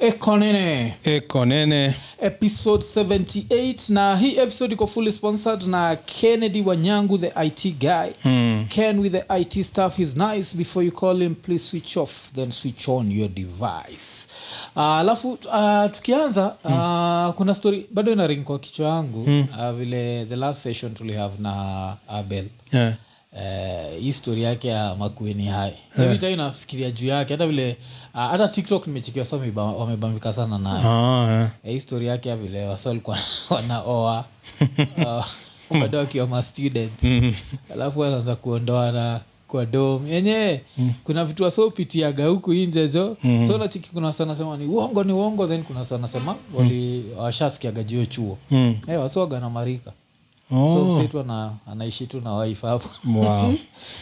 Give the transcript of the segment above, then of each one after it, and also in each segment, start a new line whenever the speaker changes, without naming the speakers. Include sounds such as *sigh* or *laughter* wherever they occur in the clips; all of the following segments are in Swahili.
eko nene
eko nene
episode 78 na hii episode iko fully sponsored na kennedy wanyangu the it guy
mm.
ken with the it stuff is nice before you call him please switch off then switch on your device Ah, alafu ah, tukianza ah, kuna story bado ina ring kwa kichwa yangu Ah, vile the last session tulihave na abel
yeah.
Eh, hii story yake ya makueni hai yeah. tai nafikiria juu yake hata vile ah, hata tiktok nimechikiwa sa wameba- wamebambika sana nayo
ah, yeah.
Eh, hii story yake ya vile wasi walikuwa *laughs* wanaoa
*laughs*
ah, bado wakiwa ma students
mm.
alafu anaanza kuondoana kwa dom yenyewe
Mm.
kuna vitu wasoupitiaga huku inje jo so nachiki kuna wasa nasema ni uongo ni uongo then kuna wasa nasema wali washasikiaga juo chuo
Mm.
hey, wasoaga na marika so
Oh.
msetu ana, anaishi tu na wife hapo *laughs*
wow.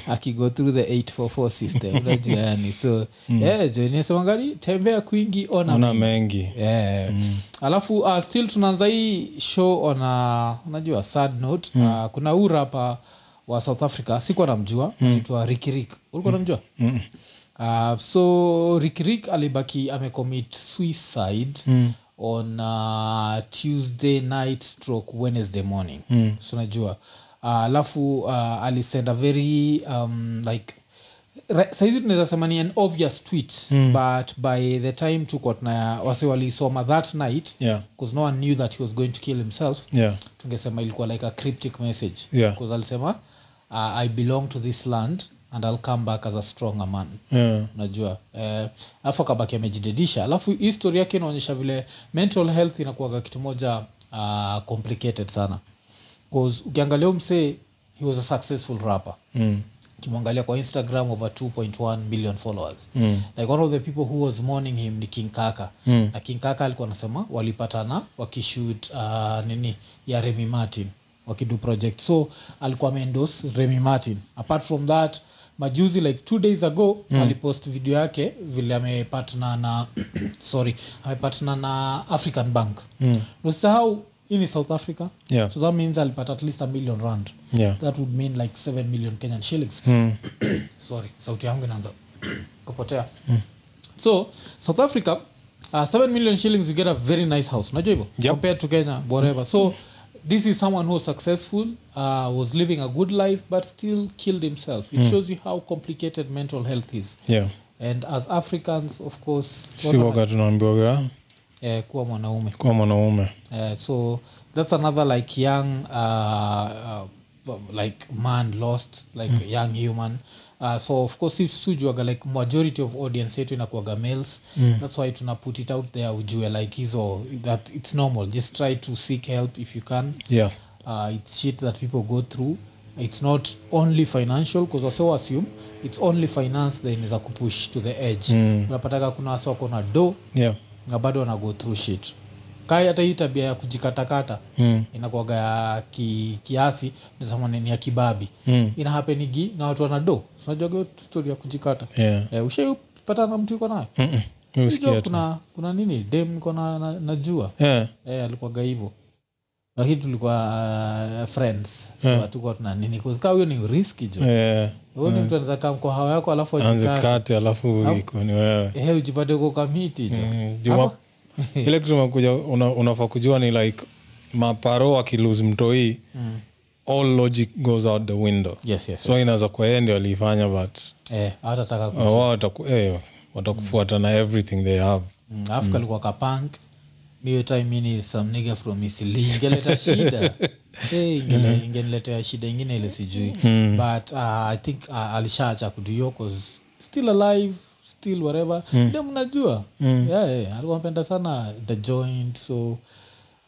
akigo through the 844
*laughs*
system unajua yani so mm. yeah, jo inasemangani tembea kwingi ona
una mengi
yeah. alafu uh, still tunaanza hii show on a, unajua sad note mm. uh, kuna huu rapa wa south africa sikuwa namjua anaitwa mm. rikirik ulikuwa namjua mm. uh, so rikirik alibaki amecommit suicide
Hmm.
mm on uh, tuesday night stroke wednesday morning
Hmm.
mm. sunajua uh, alafu uh, alisend a very um, like Ra- saizi tunaweza sema ni an obvious tweet mm. but by the time tuko tuna wase walisoma that night
yeah.
because no one knew that he was going to kill himself
Yeah.
tungesema ilikuwa like a cryptic message
Yeah.
'Cause alisema uh, i belong to this land and i'll come back as a stronger man
Yeah.
unajua eh, alafu akabaki amejidedisha alafu hii story yake inaonyesha vile mental health inakuaga kitu moja uh, complicated sana 'Cause ukiangalia umsee he was a successful rapper
Mm.
kimwangalia kwa instagram over 2.1 million followers
Mm.
like one of the people who was mourning him ni king kaka
Mm.
na king kaka alikuwa anasema walipatana wakishoot uh, nini ya remy martin wakidu project so alikuwa ameendos remy martin apart from that majuzi like two days ago mm. alipost video yake vile amepatna na *clears throat* sorry amepatna na african bank mm. usahau hii ni south africa
Hmm. Yeah.
so that means alipata at least a million rand
Yeah. Hmm.
that would mean like 7 million kenyan shillings sorry sauti yangu inaanza *clears throat* kupotea so south africa uh, 7 million shillings you get a very nice house unajua hivyo
Yep.
compared to kenya whatever so this is someone who was successful uh, was living a good life but still killed himself it shows you how complicated mental health is
Yeah.
and as africans of course
si waga tunaambiwaga
eh, kuwa mwanaume
kuwa mwanaume
uh, so that's another like young uh, uh, like man lost like mm. young human uh, so of course if sujuaga like majority of audience yetu inakuaga males mm. that's why tuna put it out there ujue like hizo that it's normal just try to seek help if you can
yeah.
uh, it's shit that people go through it's not only financial because wase assume it's only finance then is a kupush to the edge
Hmm.
mm. unapataga kuna wase wako na do
Yeah.
na bado wana go through shit kai hata hii tabia ya kujikatakata
Mm.
inakuaga ya ki, kiasi nasema ni ni ya kibabi
Mm.
inahapenigi na watu wanado unajuaga stori ya kujikata
Yeah.
eh, ushaipata na mtu iko nayo
Mm-mm. Mi
Unajua
husikia tu.
kuna kuna nini dem iko na, na, najua
Yeah.
eh, alikuaga hivo lakini tulikuwa uh, friends so
Yeah.
hatukuwa tuna nini kuzikaa huyo ni riski jo
Yeah.
huyo ni mtu anaweza kaa mkohawa yako alafu
Eh. anze
ajikate
kati alafu ikuwe ni wewe
ehe ujipate uko kamiti jo
Mm, juu ma- *laughs* ile kitu unakuja- una- unafaa kujua ni like maparo wakilose mtoi
mm.
all logic goes out the window
yes, yes,
so inaweza kuwa yeye ndio aliifanya but
eh, hatataka ku-
uh, wao wataku, eh, watakufuata na everything they have
Mm, alafu kalikuwa kapunk miyo taimini samniga from isili ingeleta *laughs* shida Eh, ingele- ingeniletea shida ingine ile sijui but uh, i think uh, alishaacha kuduyo cause still alive still whatever mm. mnajua yeah, yeah. alikuwa mpenda sana the joint so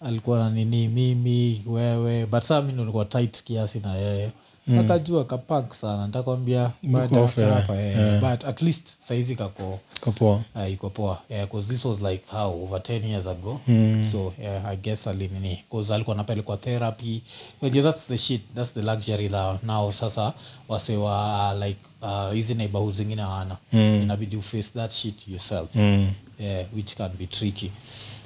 alikuwa na nini mimi wewe but saa mi ndo nilikuwa tight kiasi na yeye mm. akajua kapunk sana nitakwambia baada ya
off, yeah.
hapa, eh, but at least saizi kako
kapoa
uh, iko poa because this was like how over 10 years ago
Hmm.
so yeah, i guess alinini bcause alikuwa napelekwa therapy Well, yeah, that's the shit that's the luxury la now sasa wase wa like uh, hizi neighborhood zingine hawana
Hmm.
mm. inabidi uface that shit yourself
mm.
yeah, which can be tricky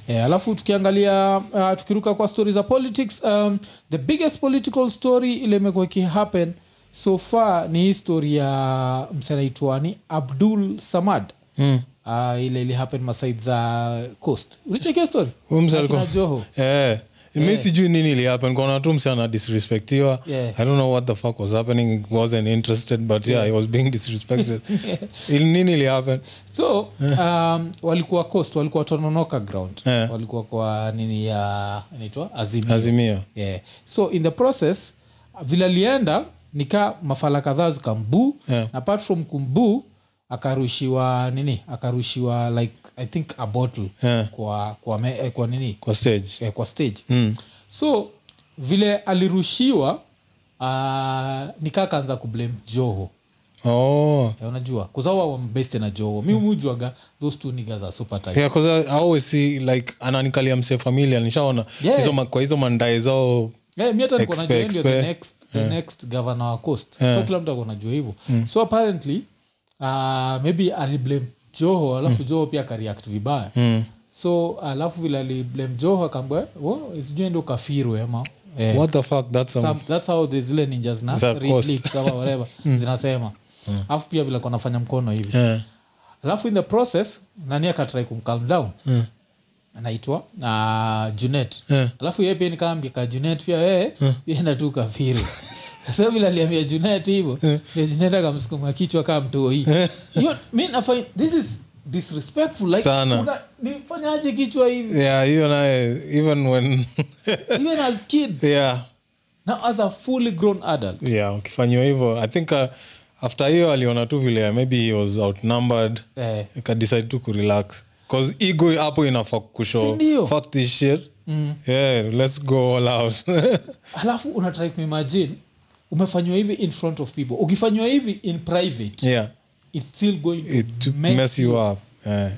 yeah, alafu tukiangalia uh, tukiruka kwa story za politics um, the biggest political story ile imekuwa ikihappen so far ni hii story ya msanaitwa ni abdul samad
Mm.
uh, ile ili happen masaid za coast ulichekea story
Huyu msee alikuwa-
kina joho
Eh, mi sijui nini ilihappen kona tu msi ana disrespectiwa
Yeah.
i don't know what the fuck was happening wasn't interested but yeah, i was being disrespected
*laughs*
Il, nini ilihappen
so um, walikuwa coast walikuwa tononoka ground
Eh.
walikuwa kwa nini ya inaitwa azimio
azimia
yeah. so in the process vile alienda nika mafala kadhaa zikambuu
Yeah.
na apart from kumbuu akarushiwa nini akarushiwa like i think a bottle
Yeah.
kwa kwa, me, eh, kwa nini
kwa stage
eh, kwa stage
mm.
so vile alirushiwa uh, nikaa kaanza kublame joho
oh.
Eh, unajua kuzawa wambeste na joho mi mujuaga those two niggas are super tight.
Yeah, 'cause I- I always see like ananikalia mse familia nishaona
Yeah.
hizo ma- kwa hizo mandae zao
Eh, mi hata niko
Expe-
najua yeye ndio the
expe-
next, the next governor wa coast so kila mtu ako najua hivyo so apparently uh, maybe aliblame joho alafu joho pia akareact vibaya
mm.
so alafu vile aliblame joho akaambia "Wo, sijui ndo kafirwe ama eh,
what the fuck that's some...
some, that's how the zile ninjas na
Za
red
coast.
leaks ama
*laughs*
whatever zinasema alafu pia vile konafanya mkono hivi
Mm. yeah.
alafu in the process nani akatrai kumcalm down
yeah.
anaitwa uh, junet
yeah.
alafu yeye pia nikaambia ka junet pia eh, yeye yenda tu
*laughs*
kafiri sasa vile aliambia junet hivyo ndio junet akamsukuma kichwa kaa mtuo hii Yo, mi nafa- this is disrespectful like
Sana.
una- nifanyaje kichwa hivi
yeah hiyo naye even when *laughs*
even as kid
yeah
now as a fully grown adult
yeah ukifanyiwa hivyo i think uh, after hiyo aliona tu vile maybe he was outnumbered
eh,
akadecide tu kurelax bcause ego hapo inafaa
Si ndio?
kushow fuck this shit
mm.
yeah let's go all out *laughs*
alafu unatrai kuimagine umefanywa hivi in front of people ukifanywa hivi in private
yeah
it's still going to
it to mess you up yeah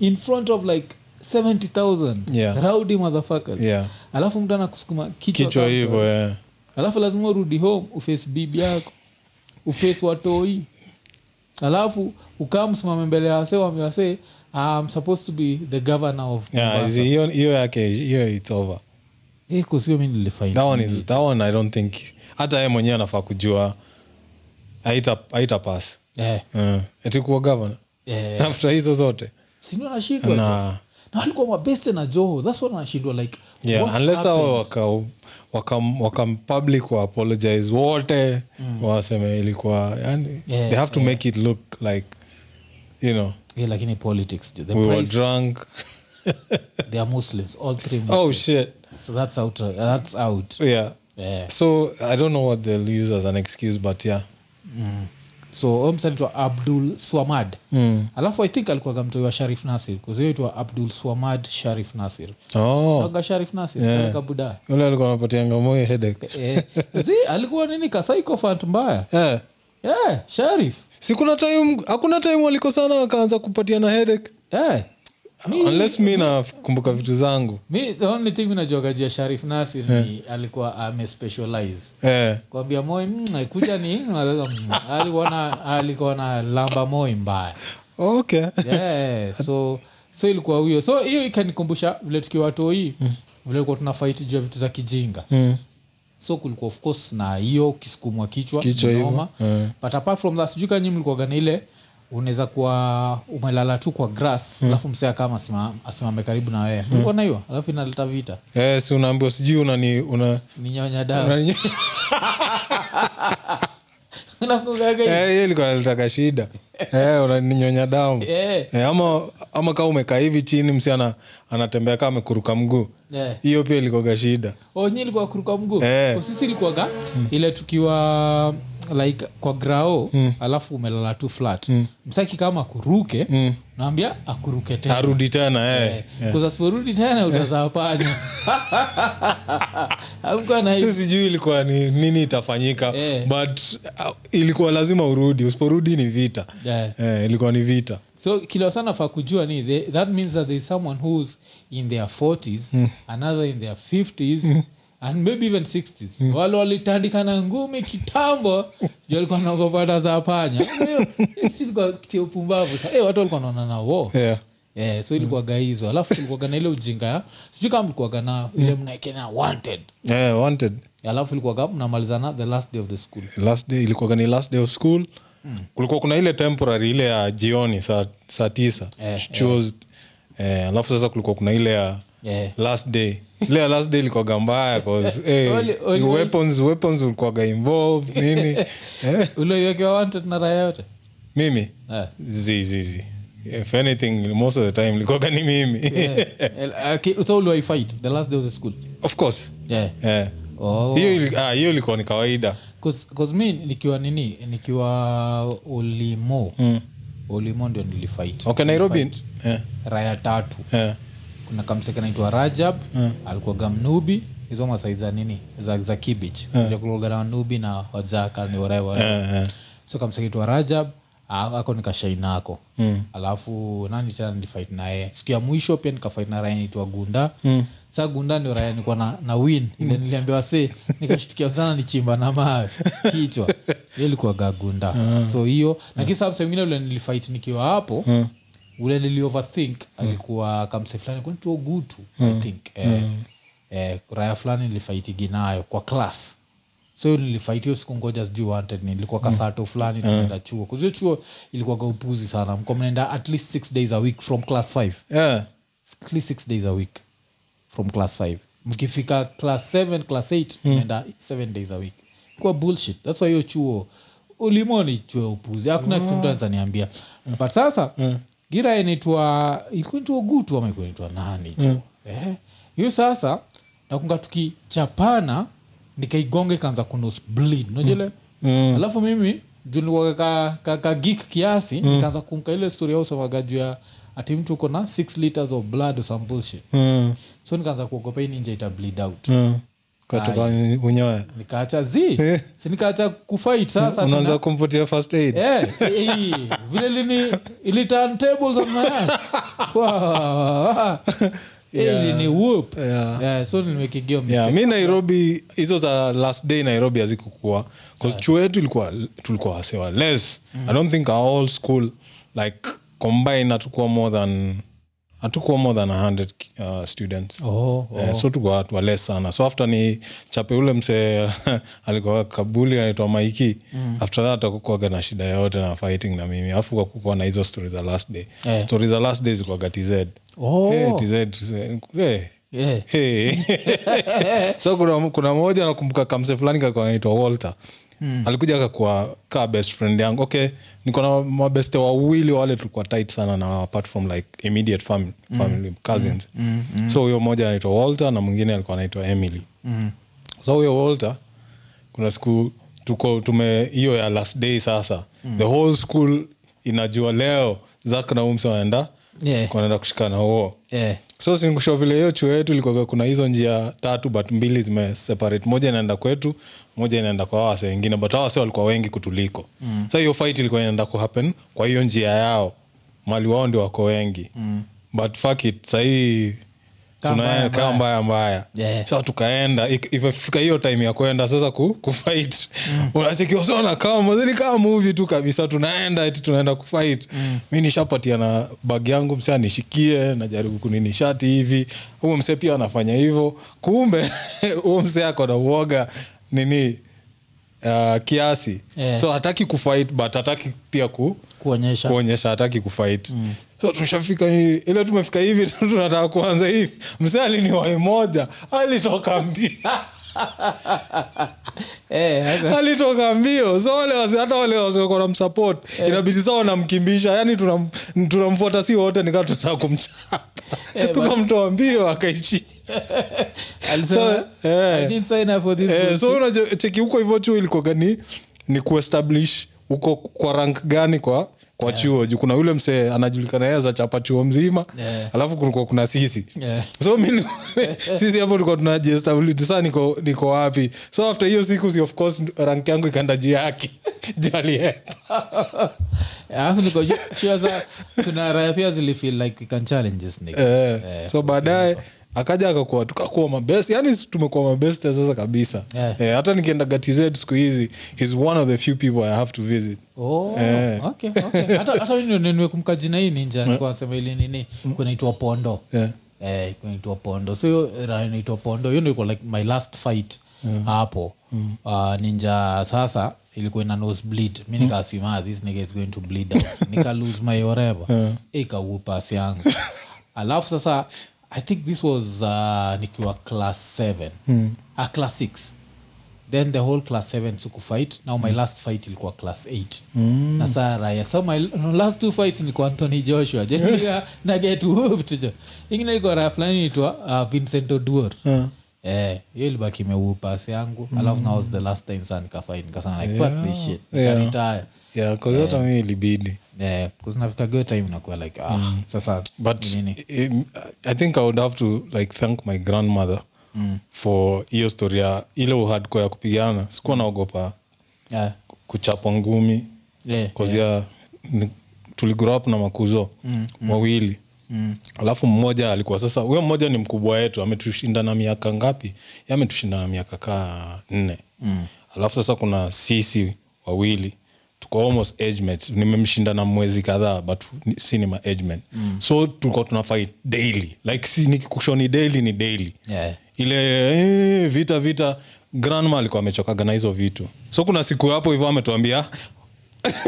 in front of like 70000
Yeah.
rowdy motherfuckers
yeah
alafu mtu anakusukuma kichwa
kichwa
kando.
hivyo yeah
alafu lazima urudi home uface bibi yako uface watoi alafu ukaa msimame mbele ya wasee wambe wasee I'm supposed to be the governor of
yeah
Mombasa."
zi- hiyo hiyo yake hiyo it's over
Eh, kusio mi nilifaini.
that one is that one i don't think hata yeye mwenyewe anafaa kujua haita haita pass
Eh,
yeah. etikuwa governor
eh,
after hizo zote
si ndio anashindwa jo?
na
na walikuwa mabeste na joho thats what anashindwa like
yeah,
what
unless hao
happened?
waka wakam wakam public wa apologize wote waseme ilikuwa yani
Mm. Yeah,
they have to make it look like you know
Eh, lakini politics jo. the
uh, we were
price, *laughs*
drunk
they are muslims all three
oh
muslims.
shit
so that's out uh, that's out
yeah
eh.
so i don't know what they'll use as an excuse but yeah
Mm. so omsanitwa abdul swamad
mm.
alafu i think alikuwaga mtoi wa sharif nasir kuziitwa abdul swamad sharif nasir
oh
aga sharif nasir
Yeah.
yeah. kabuda
yule alikuwa anapatianga moyo headache
eh, zi alikuwa nini kasaikofant mbaya
eh
yeah, sharif
si kuna time hakuna time walikosana wakaanza kupatiana headache
yeah.
unless mi nakumbuka vitu zangu
mi the only thing inajuagajia sharif nasir ni alikuwa amespecialize
eh
kwambia moi mm, kuja ni unaweza, mm, alikuwa na alikuwa na lamba moi mbaya
okay
yeah, so so ilikuwa huyo so hiyo ikanikumbusha vile tukiwa toi vile ulikuwa tuna fight juu ya vitu za kijinga
mm.
so kulikuwa of course na hiyo kisukumwa kichwa
kichwa
noma.
hivyo eh.
but apart from that sijui kanyi mlikuwaga na ile unaweza kuwa umelala tu kwa
Hmm.
grass alafu msea kama asima- asimame karibu na wewe ulikuwa na hiyo alafu inaleta vita
Eh, si unaambiwa sijui unani una *laughs* eh,
ninyonya *laughs* dawa
unani-
Unakumbukaga hiyo?
Eh, hiyo ilikuwa inaletaga shida Eh, unaninyonya damu
Eh,
Eh, ama ama kaa umekaa hivi chini msi ana, anatembea kaa amekuruka mguu
eh.
hiyo pia ilikoga shida
Oh, nyinyi ilikuwa kuruka mguu
Eh.
Kwa sisi ilikuwaga ile tukiwa like kwa grao
Hmm.
alafu umelala tu flat msaki kama akuruke
mm.
naambia akuruke tena
arudi tena eh.
kuzasiporudi tena utazaa
*laughs*
panya amkuwa na
si sijui ilikuwa ni nini itafanyika
Eh.
but uh, ilikuwa lazima urudi usiporudi ni vita
Yeah.
eh, ilikuwa ni vita
so kila sana fa kujua ni they, that means that there's someone who's in their 40s another in their 50s and maybe even 60s wale walitandikana ngumi kitambo ju alikuwa nakopata za panya ilikuwa kitia upumbavu Sa- eh, watu walikuwa naona na wo
yeah.
Eh, so ilikuwaga hizo alafu tulikuwaga na ile ujinga ya sijui kama mlikuwaga na ile mnaekena wanted
Yeah, Eh, wanted
alafu ilikuwaga mnamalizana the last day of the school
last day ilikuwaga ni last day of school kulikuwa kuna ile temporary ile ya jioni saa saa tisa
Eh,
chuos eh, alafu sasa kulikuwa kuna ile ya
yeah.
last day ile ya last day ilikuwaga mbaya 'cause, eh,
*laughs* Oli- oli-
weapons weapons ulikuwaga involved
*laughs*
nini eh,
ulioiwekewa wanted na raya yote
mimi
Eh.
zizizi if anything most of the time ilikuwaga ni mimi
El- aki- Eh. so uliwaifight the last day of the school
of course
yeah.
eh.
oh.
hiyo ili- ah, hiyo ilikuwa ni kawaida
Cause- cause mi nikiwa nini nikiwa ulimo
Mm.
ulimo ndio nilifight
okay nairobi eh,
raya tatu
eh,
kuna kamseke naitwa rajab
Mm.
alikuwaga mnubi hizo masai za nini za, za kibich kulogana wanubi na wajaka ni warewa
eh, eh.
so kamseke naitwa rajab a- ako nikashainako
Mm.
alafu nani tena nilifight naye siku ya mwisho pia nikafight na raya naitwa gunda
Mm.
saa gunda ndio raya nikuwa na, na win ile niliambiwa se nikashtukia sana nichimba na mawe kichwa hiyo ilikuwaga gunda so hiyo lakini saa msa ingine ule nilifight nikiwa hapo
Mm.
ule nilioverthink alikuwa kamse fulani kunituo gutu i think eh, eh, raya fulani nilifaitigi nayo kwa class so hiyo nilifight hiyo siku ngoja sijui wanted nini. nilikuwa kasato fulani tunaenda chuo kuzio chuo ilikuwaga upuzi sana mko mnaenda at least six days a week from class five
Yeah.
at least six days a week from class five mkifika class seven class eight mnaenda seven days a week kwa bullshit that's why hiyo chuo ulimoni chuo ya upuzi hakuna kitu mtu anaweza niambia but sasa gira inaitwa ilikuwa inaitwa gutu ama ilikuwa inaitwa nani chuo eh hiyo sasa nakunga tukichapana nikaigonga ikaanza kunos bleed unajua ile
Mm.
alafu mimi juliwaga ka, ka, ka geek kiasi
Mm.
nikaanza kumka ile story au samaga juu ya ati mtu uko na 6 liters of blood or some bullshit
Mm.
so nikaanza kuogopa hii ninja ita bleed out
Mm. katoka unyoya
nikaacha zi si nikaacha kufight sasa ati
Eh. Mm, unaanza kumpatia first aid
Eh, eh, vile lini ili turn tables on my ass.
*laughs*
Wow, wow, wow. Eh, ilini whoop.
Yeah.
Eh, so nilimekigio
Yeah, mi nairobi hizo za last day nairobi hazikukua bcause chuo yetu ilikuwa tulikuwa wasewa less i don't think our whole school like combine hatukuwa more than hatukuwa more than 100 ki- uh, students
Oh, oh.
Eh, so tukuwa watu wale sana so after ni chape ule msee *laughs* alikuwa kabuli anaitwa maiki
Mm.
after that akukuaga na shida yote na fighting na mimi alafu kakukuwa na hizo story za last day
Eh.
story za last day zikuaga tz
Oh,
Eh, tz eh,
eh. *laughs*
Hey. so kuna, kuna moja nakumbuka kamse fulani kakua naitwa walter
Mm.
alikuja kakua kaa best friend yangu okay niko na mabeste wawili wale tulikuwa tight sana na apart from like immediate family, family cousins
Mm, mm,
so huyo mmoja anaitwa walter na mwingine alikuwa anaitwa emily
mm.
so huyo walter kuna siku tuko tume hiyo ya last day sasa
Mm.
the whole school inajua leo zak na umse wanaenda
Yeah,
wanaenda kushikana huo
yeah.
so sinkusho vile hiyo chuo yetu ilikuwa kuna hizo njia tatu but mbili zimeseparate moja inaenda kwetu moja inaenda kwa wase wengine but awase walikuwa wengi kutuliko mm. sa hiyo fight ilikuwa inaenda kuhappen kwa hiyo njia yao mali wao ndio wako wengi
Mm.
but fuck it sahii
Kaa mbaya,
kaa mbaya mbaya
Yeah.
sa tukaenda ik- ikafika hiyo time ya kwenda sasa ku, kufight unasikiwa sona kama zini kama muvi tu kabisa tunaenda eti tunaenda kufight mi nishapatia na bag yangu msee anishikie najaribu kunini shati hivi huyo msee pia anafanya hivyo kumbe *laughs* huyo msee ako na uoga nini uh, kiasi
Yeah.
so hataki kufight but hataki pia ku,
kuonyesha
kuonyesha hataki kufight
Mm.
so tushafika hivi ile tumefika hivi *laughs* tunataka kuanza hivi msee aliniwai moja alitoka mbio
*laughs* *laughs* Eh, haka-
alitoka mbio so wale wasi, hata wale wasikoko na msupport
Eh.
inabidi saa wanamkimbisha yani tunam- tunamfuata si wote nikaa tunataka kumchapa
*laughs* Eh,
tukamtoa mbio akaichi
alisema,
So, eh.
"I didn't sign up for this
eh,
bullshit."
so unacheki huko hivyo chuo ilikuwaga ni ni kuestablish huko kwa rank gani kwa kwa
Eh.
chuo juu kuna yule msee anajulikana yeye za chapa chuo mzima
Yeah.
alafu kulikuwa kuna sisi
Eh,
*laughs* so mi ni- sisi hapo tulikuwa tunajiestablish saa niko niko wapi so after hiyo siku si of course rank yangu ikaenda juu yake *laughs* juu aliyepa
*laughs* alafu niko sure- sure sa- kuna raya pia zilifeel like we can challenge this nigga.
eh, so baadaye akaja akakuwa tukakuwa mabest yani tumekuwa mabest sasa kabisa
Eh.
eh, hata nikienda gatz siku hizi he's one of the few people i have to visit
Oh,
Eh.
okay, okay. Hata- hata mimi ndio nimekumbuka jina hii ninja nilikuwa nasema ili nini kunaitwa pondo
yeah.
eh, kunaitwa pondo so hiyo raha inaitwa pondo hiyo ndio ilikuwa like my last fight hapo mm. uh, ninja sasa ilikuwa ina nose bleed mi nikasema this nigga is going to bleed *laughs* out nika lose my whatever yeah. ikaupas yangu *laughs* alafu sasa i think this was uh, nikiwa class 7 mm. uh, class 6 then the whole class 7 sikufight now my last fight ilikuwa class 8 mm. na saa raya so my last two fights nilikuwa anthony joshua jenia na get whooped jo ingine ilikuwa raya fulani naitwa uh, vincent oduor
Yeah.
Eh, hiyo ilibaki imeupas yangu alafu now was the last time saa nikafight nikasema like fuck this shit
Mm. Yeah.
nikaretire
yeah, 'cause hata
Eh.
mi ilibidi
yeah, kuzinafikagiyo time nakuwa like ah,
Mm.
sasa
but
ni nini
um, i think i would have to like thank my grandmother
Hmm.
mm. for hiyo story ya ile uhadko ya kupigana sikuwa naogopa
yeah.
kuchapwa ngumi
yeah.
kazia yeah. tuligrow up na makuzo mm, wawili mm. alafu mmoja alikuwa sasa huyo mmoja ni mkubwa wetu ametushinda na miaka ngapi Yeye ametushinda na miaka kaa nne mm. alafu sasa kuna sisi wawili tuko almost age mates nimemshinda na mwezi kadhaa but ni- si ni ma age mate. so tulikuwa tuna fight daily like si nikikushoni daily ni daily
Yeah.
ile eh, vita vita grandma alikuwa amechokaga na hizo vitu so kuna siku hapo hivyo ametuambia *laughs*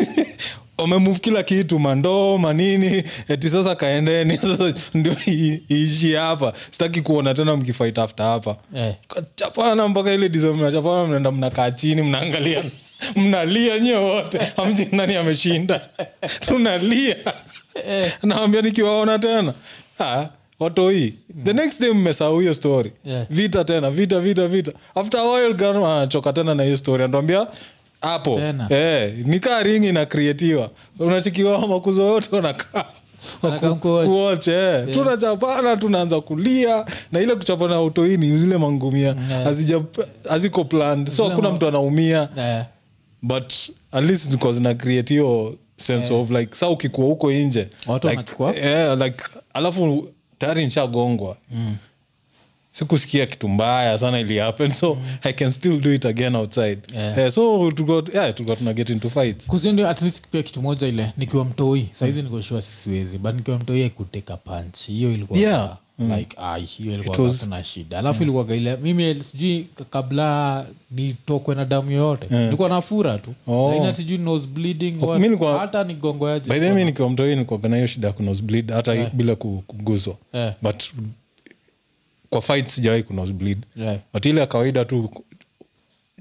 wamemove kila kitu mandoo manini eti sasa kaendeni *laughs* sasa ndio i- iishi hapa sitaki kuona tena mkifight after hapa
Eh.
chapana mpaka ile disem mnachapana mnaenda mnakaa chini mnaangalia *laughs* mnalia nyie wote hamji nani ameshinda *laughs* tunalia *laughs* nawambia nikiwaona tena ah, watoi the next day mmesahau hiyo story
Hmm. Yeah.
vita tena vita vita vita after a while grandma anachoka tena na hiyo story anatuambia hapo
Tena.
eh, nikaa ringi inakrietiwa unachikiwa makuzo yote wanakaa
Wanakaa
waku-
kuwatch.
kuwatch, eh. tunachapana tunaanza kulia na ile kuchapana utoini zile mangumia
Yeah.
hazija- haziko planned so hakuna mtu anaumia
Yeah.
but at least zilikuwa zina create hiyo sense of like saa ukikuwa huko nje
Watu
like,
wanachukua?
yeah, like alafu tayari nishagongwa mm. sikusikia kitu mbaya sana ili happen so i can still do it again outside
Mm. Yeah.
Eh, so tulikuwa yeah, tulikuwa tuna get into fights
Because hiyo ndio at least pia kitu moja ile nikiwa mtoi saizi niko sure sisiwezi but nikiwa mtoi kuteka punch hiyo ilikuwa Mm.
Yeah. Mm.
like ai hiyo
It
ilikuwa
was- Mm.
kuna shida alafu ilikuwa ile mimi sijui ka- kabla nitokwe na damu yoyote nilikuwa na fura tu
Mm. Oh.
Lakini ati sijui nose bleeding what,
mi nilikuwa-
hata nigongo yaje
by the way mi nikiwa mtoi nilikuwa na hiyo shida ya kunosebleed hata bila ku- kuguswa
Eh.
but kwa fight sijawahi kunosebleed
yeah.
but ile ya kawaida tu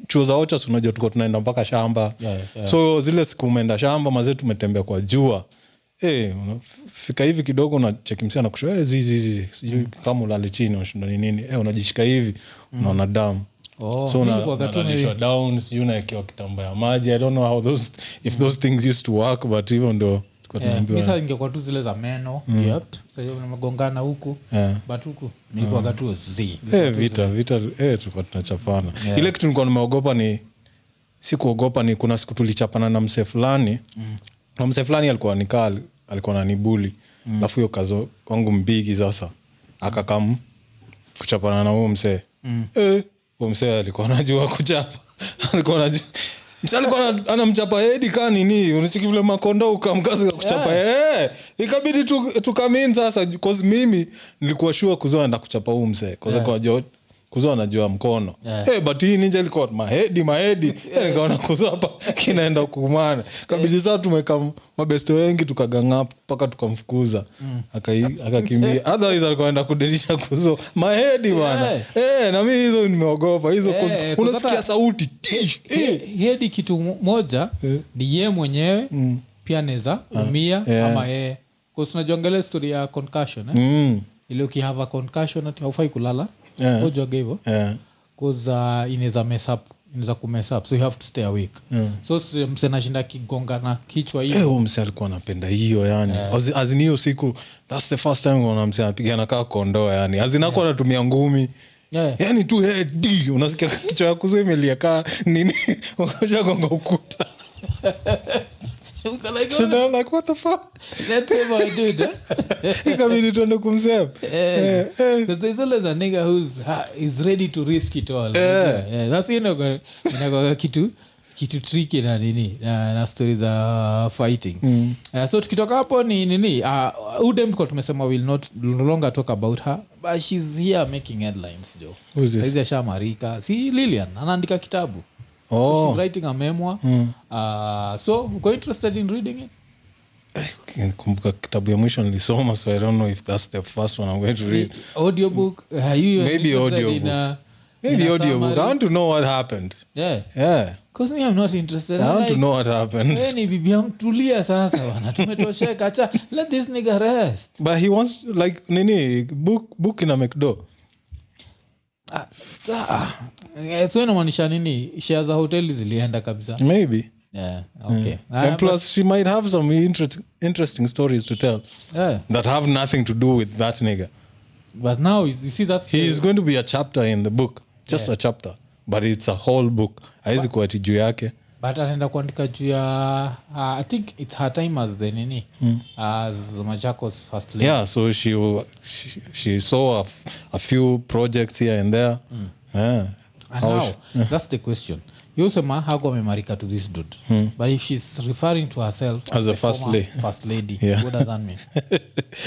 chuo za ocha unajua tuko tunaenda mpaka shamba
Yeah, yeah.
so zile siku umeenda shamba mazee tumetembea kwa jua Eh, unafika hivi kidogo unachekimsia na eh, kushoa hey, zizizi sijui
Mm.
kama ulale chini unashinda ni nini Eh, unajishika hivi unaona damu
Oh,
so
mi
una-
nilikuwa katuni-
unalalishwa down sijui unaekewa kitamba ya maji i don't know how those, if those things used to work but hivyo ndo tulikuwa
Yeah, mi
tunaambiwa
saa ingekuwa tu zile za meno yep. Sasa hiyo nimegongana huku
Mm. Yeah. Mm.
but huku nilikuwaga tu z
Eh, vita vita eh, tulikuwa tunachapana ile kitu nilikuwa nimeogopa ni si kuogopa ni kuna siku tulichapana na msee fulani na msee fulani alikuwa nikaa alikuwa nanibuli alafu hiyo kazo wangu mbigi sasa akakam kuchapana na huo msee Eh, huo msee alikuwa anajua kuchapa *laughs* alikuwa anajua msee alikuwa ana- anamchapa hedi kaa nini unachiki vile makondo ukamkazi kuchapa eh, ikabidi tu, tukamin sasa cause mimi nilikuwa shua kuzoa na kuchapa huu msee cause alikuwa anajua- kuzoa anajua mkono
Yeah.
Eh, but hii ninja ilikuwa mahedi *laughs* mahedi Eh, nikaona kuzo hapa *laughs* kinaenda kumana kabidi saa tumeka m- mabesto wengi tukaganga mpaka tukamfukuza Akai- akakimbia *laughs* otherwise alikuwa anaenda kudirisha kuzo mahedi bana
Eh.
Eh, na mi hizo nimeogopa hizo
Eh,
cause
eh,
unasikia
kuzata-
sauti tish, eh.
He- hedi kitu mo- moja ni ye mwenyewe pia neza umia
Mm. Ah. yeah.
ama yeye kusunajuangele stori ya concussion eh?
Mm,
ili ukihava concussion ati haufai kulala
Yeah.
ojaga hivo
eh,
kuza inaweza mess up inaweza ku mess up so you have to stay awake so si- msenashinda kigonga na kichwa
eh,
hiyo
huyo msee alikuwa anapenda hiyo yani
Eh.
As- as in hiyo siku thats the first time unaona msee anapigana kaa kondoa yani
Eh.
azinakuwa anatumia ngumi
yeah.
yani tu hedi unasikia *laughs* kichwa ya kuzo imelia kaa nini *laughs* shagonga ukuta
*laughs* Uko like,
So now I'm like, what
*laughs*
the fuck?
let him or dude, eh?
*laughs* ikabidi tuende kumsema
Eh, 'cause there's always a nigga who's, ha, is ready to risk it all.
Eh.
Yeah, that's, you know, inakuwaga kitu kitu triki na nini na, na stori za fighting mm. uh, so tukitoka hapo ni nini uh, udemco tumesema will not longer talk about her but shes here making headlines jo
Who's this?
saizi ashamarika si lilian anaandika kitabu
Oh.
She's writing a memoir mm. uh, so uko interested in reading it
kumbuka kitabu ya mwisho nilisoma so i don't know if that's the first one i'm going to read
audiobook uh, you are
Maybe
interested
audiobook.
in, uh,
maybe
in a
audiobook i
summary?
want to know what happened
yeah
yeah
because me i'm not interested
i
I'm
want
like,
to know what happened
"Wewe ni bibi yangu tulia sasa bana tumetosheka acha let this nigga rest
*laughs* but he wants like nini book book ina mcdo
Ah, ah. Eh, so inamaanisha nini shea za hoteli zilienda kabisa
maybe
yeah, okay.
and
Ah, but-
plus she might have some interest, interesting stories to tell
yeah,
that have nothing to do with that nigga
but now you see that's
he
the-
is going to be a chapter in the book just a chapter but it's a whole book haizi kuwa ati juu yake
but anaenda kuandika juu ya uh, i think its her time as the nini
Hmm.
as machacos first lady.
yeah so she wa- she, she saw a, f- a few projects here and there
Mm.
yeah.
And
How
now, *laughs*
sh-
that's the question yosema hako amemarika to this dude but if she's referring to herself
Hmm. As a
the
first
former
la-
first lady
*laughs* Yeah.
what does that mean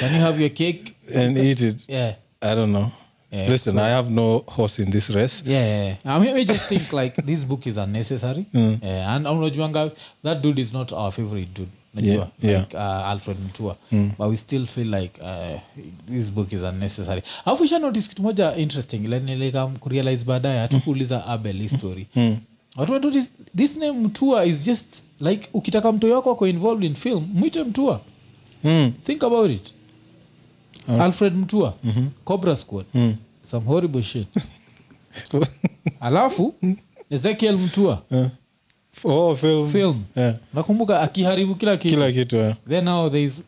can you have your cake
and eat it
yeah
i don't know
Yeah,
listen i have no horse in this race
yeah, yeah, yeah. I mean, we just think like this book is unnecessary
Hmm.
yeah, and unajuanga that dude is not our favorite dude unajua,
Yeah, yeah. Hmm.
like uh, alfred mtua but we still feel like uh, this book is unnecessary alafu sha notice kitu moja interesting ile nilikam kurealize baadaye hatukuuliza abel hii story
Hmm.
watu wa notice this name mtua is just like ukitaka mtoi wako ako involved in film mwite mtua
Mm.
think about it alfred mtua
Mm-hmm.
cobra squad
Hmm.
some horrible shit alafu ezekiel mtua
*laughs* oh film,
film
Yeah.
nakumbuka akiharibu kila kitu
kila kitu yeah.
then now there is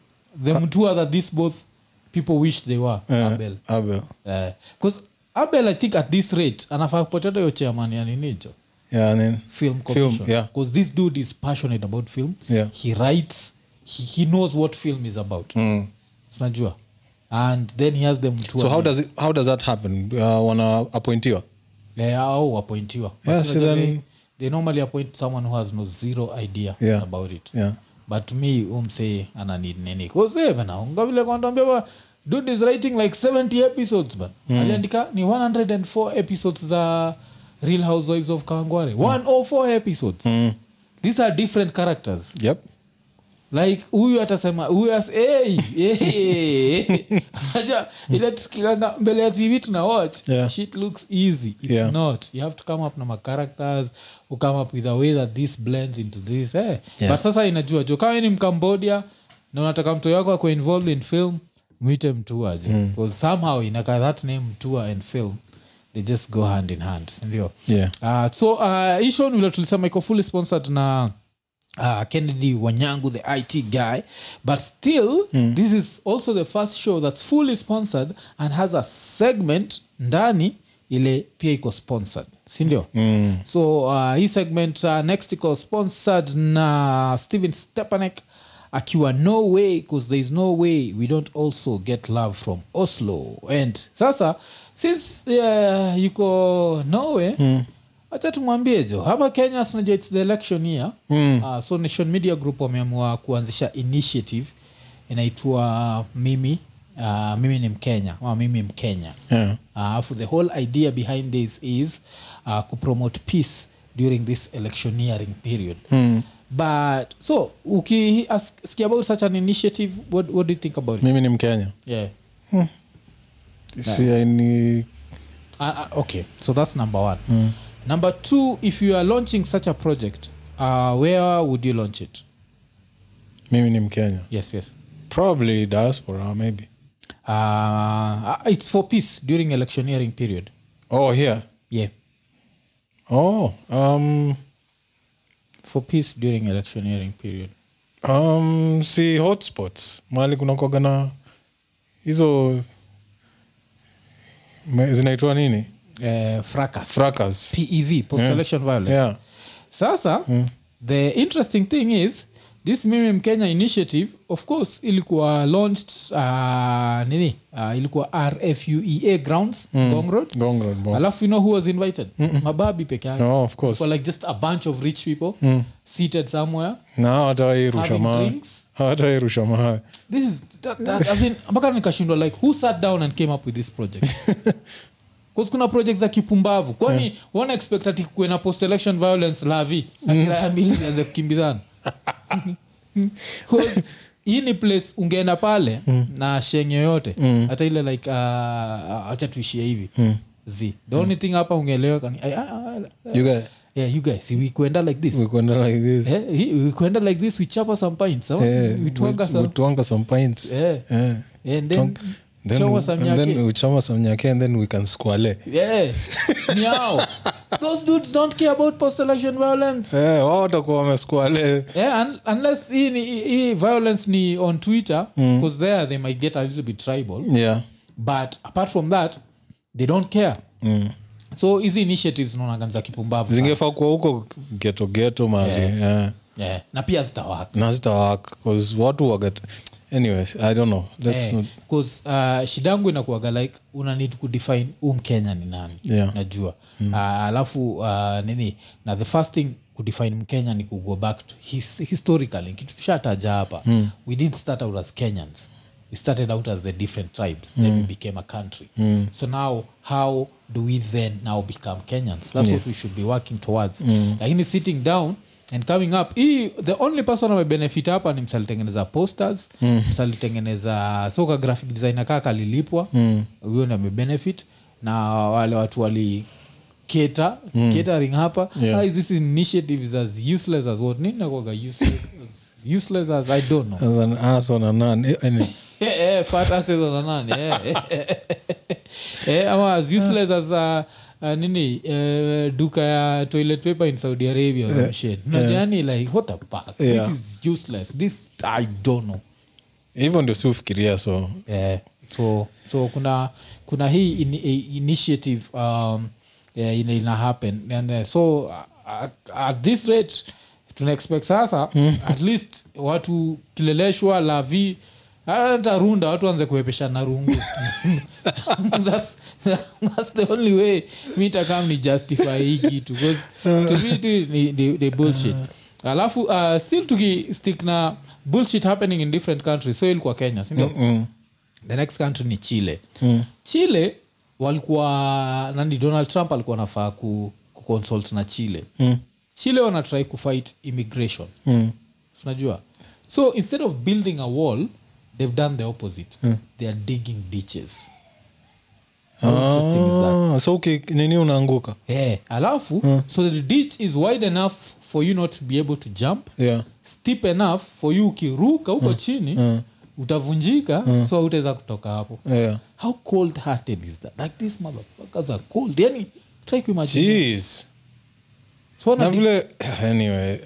the mtua that this both people wish they were
Yeah.
abel
Abel.
because abel i think at this rate anafaa kupoteta yo chairman ya nini hicho
yeah I mean,
film
yeah.
because this dude is passionate about film
Yeah.
he writes he, he knows what film is about
Mm.
tunajua and then he has the mtua
so how does it, how does that happen uh, wana appointiwa
Yeah, au wapointiwa But
Yeah,
si
see,
unajua
then-
they- they normally appoint someone who has no zero idea
Yeah.
about it
yeah
but me umsee ana need nini kosebenaunga vile kwantambia ba dude is writing like 70 episodes ban
Hmm.
aliandika ni 104 episodes za real housewives of kangware
Hmm.
104 episodes
mm.
these are different characters
yep
like huyu atasema huyu as- hey, hey. *laughs* Aja, ile tusikikanga mbele ya tv tuna watch
Yeah.
shit looks easy it's
Yeah.
not you have to come up na macharacters u come up with a way that this blends into this eh.
Yeah.
but sasa inajua jo kama ni mcambodia na unataka mto yako ako involved in film mwite mtuaje
Hmm.
mm. somehow inaka that name mtua and film they just go hand in hand sindio
yeah
uh, so uh, hii show ni vile tulisema iko fully sponsored na uh, kennedy wanyangu the it guy but still mm. this is also the first show that's fully sponsored and has a segment ndani ile pia iko sponsored sindio
mm.
so uh, hii segment uh, next iko sponsored na stephen stepanek akiwa no way because there is no way we don't also get love from oslo and sasa since uh, yuko norway
Hmm.
mm. acha tumwambie jo hapa kenya sinajua its the election year
Mm.
uh, so nation media group wameamua kuanzisha initiative inaitwa mimi uh, mimi ni mkenya ama mimi mkenya Ah,
yeah
alafu the whole idea behind this is uh, kupromote peace during this electioneering period
mm.
but so ukisikia about such an initiative what, what do you think about it
mimi ni mkenya
yeah
si ni
Uh, uh, okay so that's number one number two if you are launching such a project uh, where would you launch it
mimi ni mkenya
yes yes
probably diaspora maybe
uh, uh, it's for peace during electioneering period
oh here
yeah
oh um
for peace during electioneering period
um si hotspots mahali kunakuwaga na hizo me- zinaitwa nini
uh, fracas
fracas
pev post election violence
yeah
Mm. sasa the interesting thing is this mimi mkenya initiative of course ilikuwa launched uh, nini uh, ilikuwa rfuea E grounds mm. gong road
Ngong Road, Ngong.
alafu you know who was invited Mm-mm. mababi peke yake
No, of course.
For like just a bunch of rich people mm. seated somewhere
na hawatawairusha
having
mawe
drinks
hawatawairusha mawe
this is that, that, as in, *laughs* mpaka nikashindwa like who sat down and came up with this
*laughs*
project 'Cause kuna project za kipumbavu kwani yeah. wana expect ati kuwe na post election violence lavi ati raya mbili zianze
*laughs*
kukimbizana 'Cause hii ni place ungeenda pale
Mm.
na sheng yoyote hata ile like uh, acha tuishie hivi
Mm.
z the only thing hapa ungeeleweka ni, "Ay, ah, ah, ah,
You guys-
yeah, you guys we kuenda like this
we kuenda like this.
Eh, we- we kuenda like this we chapa some pints huh?
Eh,
we twanga
we-
some
we twanga some pints.
eh.
Eh.
And then,
Twang- then
choma
we-
some
and then
yake.
we choma some nyake and then we can squale *laughs*
Yeah, ni hao. Those dudes don't care about post-election violence.
Eh, wao watakuwa wamesquale
Yeah, un- unless hii ni- hii- hii violence ni on twitter
Mm.
because there they might get a little bit tribal
yeah
but apart from that they don't care
mm.
so hizi initiatives naonanga ni za kipumbavu sana.
zingefaa kuwa huko geto geto mali eh.
yeah. na pia zitawaka
na zitawak 'cause watu waget anyways i don't know let's
Eh,
not...
'cause, uh, shida yangu inakuaga like una need kudefine huu mkenya ni nani
Yeah.
najua mm. uh, alafu uh, nini na the first thing kudefine mkenya ni kugo back to his, historically kitu tushataja hapa mm. we didn't start out as kenyans we started out as the different tribes mm. then we became a country mm. so now how do we then now become kenyans that's yeah. what we should be working towards mm. lakini sitting down and coming up hii the only person amebenefit hapa ni msalitengeneza posters mm. msalitengeneza soka graphic designer kaka alilipwa
hmm.
mm. huyo ndi amebenefit na wale watu wali keta mm. catering hapa
Yeah.
yeah. is this initiative is as useless as what nini nakuwaga useless, *laughs* as useless as i don't
*laughs*
know
as an ass on an an-
*laughs*
any-
Eh, eh, fat asses on a nani, eh. Eh, ama as useless as a- a nini eh, duka ya toilet paper in saudi arabia or some shit. Unajua yani like what the fuck?
Yeah.
this is useless this i don't know
hivyo ndio si ufikiria so
eh, so, so kuna kuna hii in, i- initiative um, eh, ina, ina happen and, eh, so at, at this rate tuna expect sasa at least watu kileleshwa lavi hata runda watu wanze kuepeshana rungu *laughs* that's, that's the only way mi takam ni justify hii kitu 'cause to me it is- ni, ni, ni bullshit alafu uh, still tuki stick na bullshit happening in different countries so ilikuwa kenya sindio
mm.
the next country ni chile mm. chile walikuwa nani donald trump alikuwa anafaa ku, kuconsult na chile mm. chile wanatry kufight immigration
Mm.
unajua so instead of building a wall they've done the opposite mm. they are digging ditches How interesting is that?
Ah, so uki- nini unaanguka
Eh, alafu so the ditch is wide enough for you not to be able to jump
yeah
steep enough for you ukiruka huko chini
Mm.
utavunjika so hautaweza kutoka hapo
yeah
how cold hearted is that like these motherfuckers are cold yani try kuimagine
jeez
so
na
wana di-
vile *sighs* anyway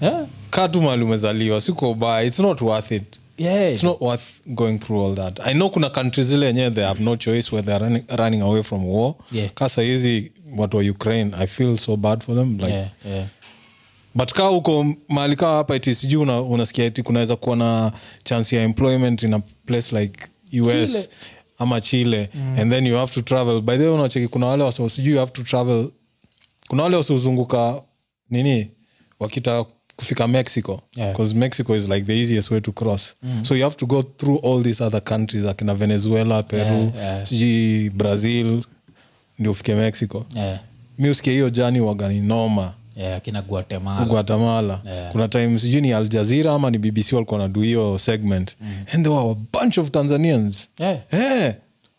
yeah?
kaa tu mahali umezaliwa siko ubaya it's not worth it
Yeah.
it's not worth going through all that i know kuna country zile yenyewe they have no choice where theyare running, running away from war
Yeah.
ka sahizi watu wa ukraine i feel so bad for them like
Yeah, yeah.
but kaa huko mahali kaa hapa iti sijui una, unasikia iti kunaweza kuwa na chance ya employment in a place like us
Chile.
ama chile mm. and then you have to travel by the way unacheki kuna wale wasa sijui you have to travel kuna wale wasiozunguka nini wakitaka kufika mexico
Yeah. Mm.
'Cause mexico is like the easiest way to cross so you have to go through all these other countries akina venezuela peru
Yeah, yeah.
sijui brazil ndio ufike mexico
Yeah,
mi usikie hiyo jani waganinoma
yeah, akina guatemala
guatemala
Yeah.
kuna time sijui ni al jazeera ama ni bbc walikuwa wanadu hiyo segment
Mm.
and there were a bunch of tanzanians
yeah.
Eh,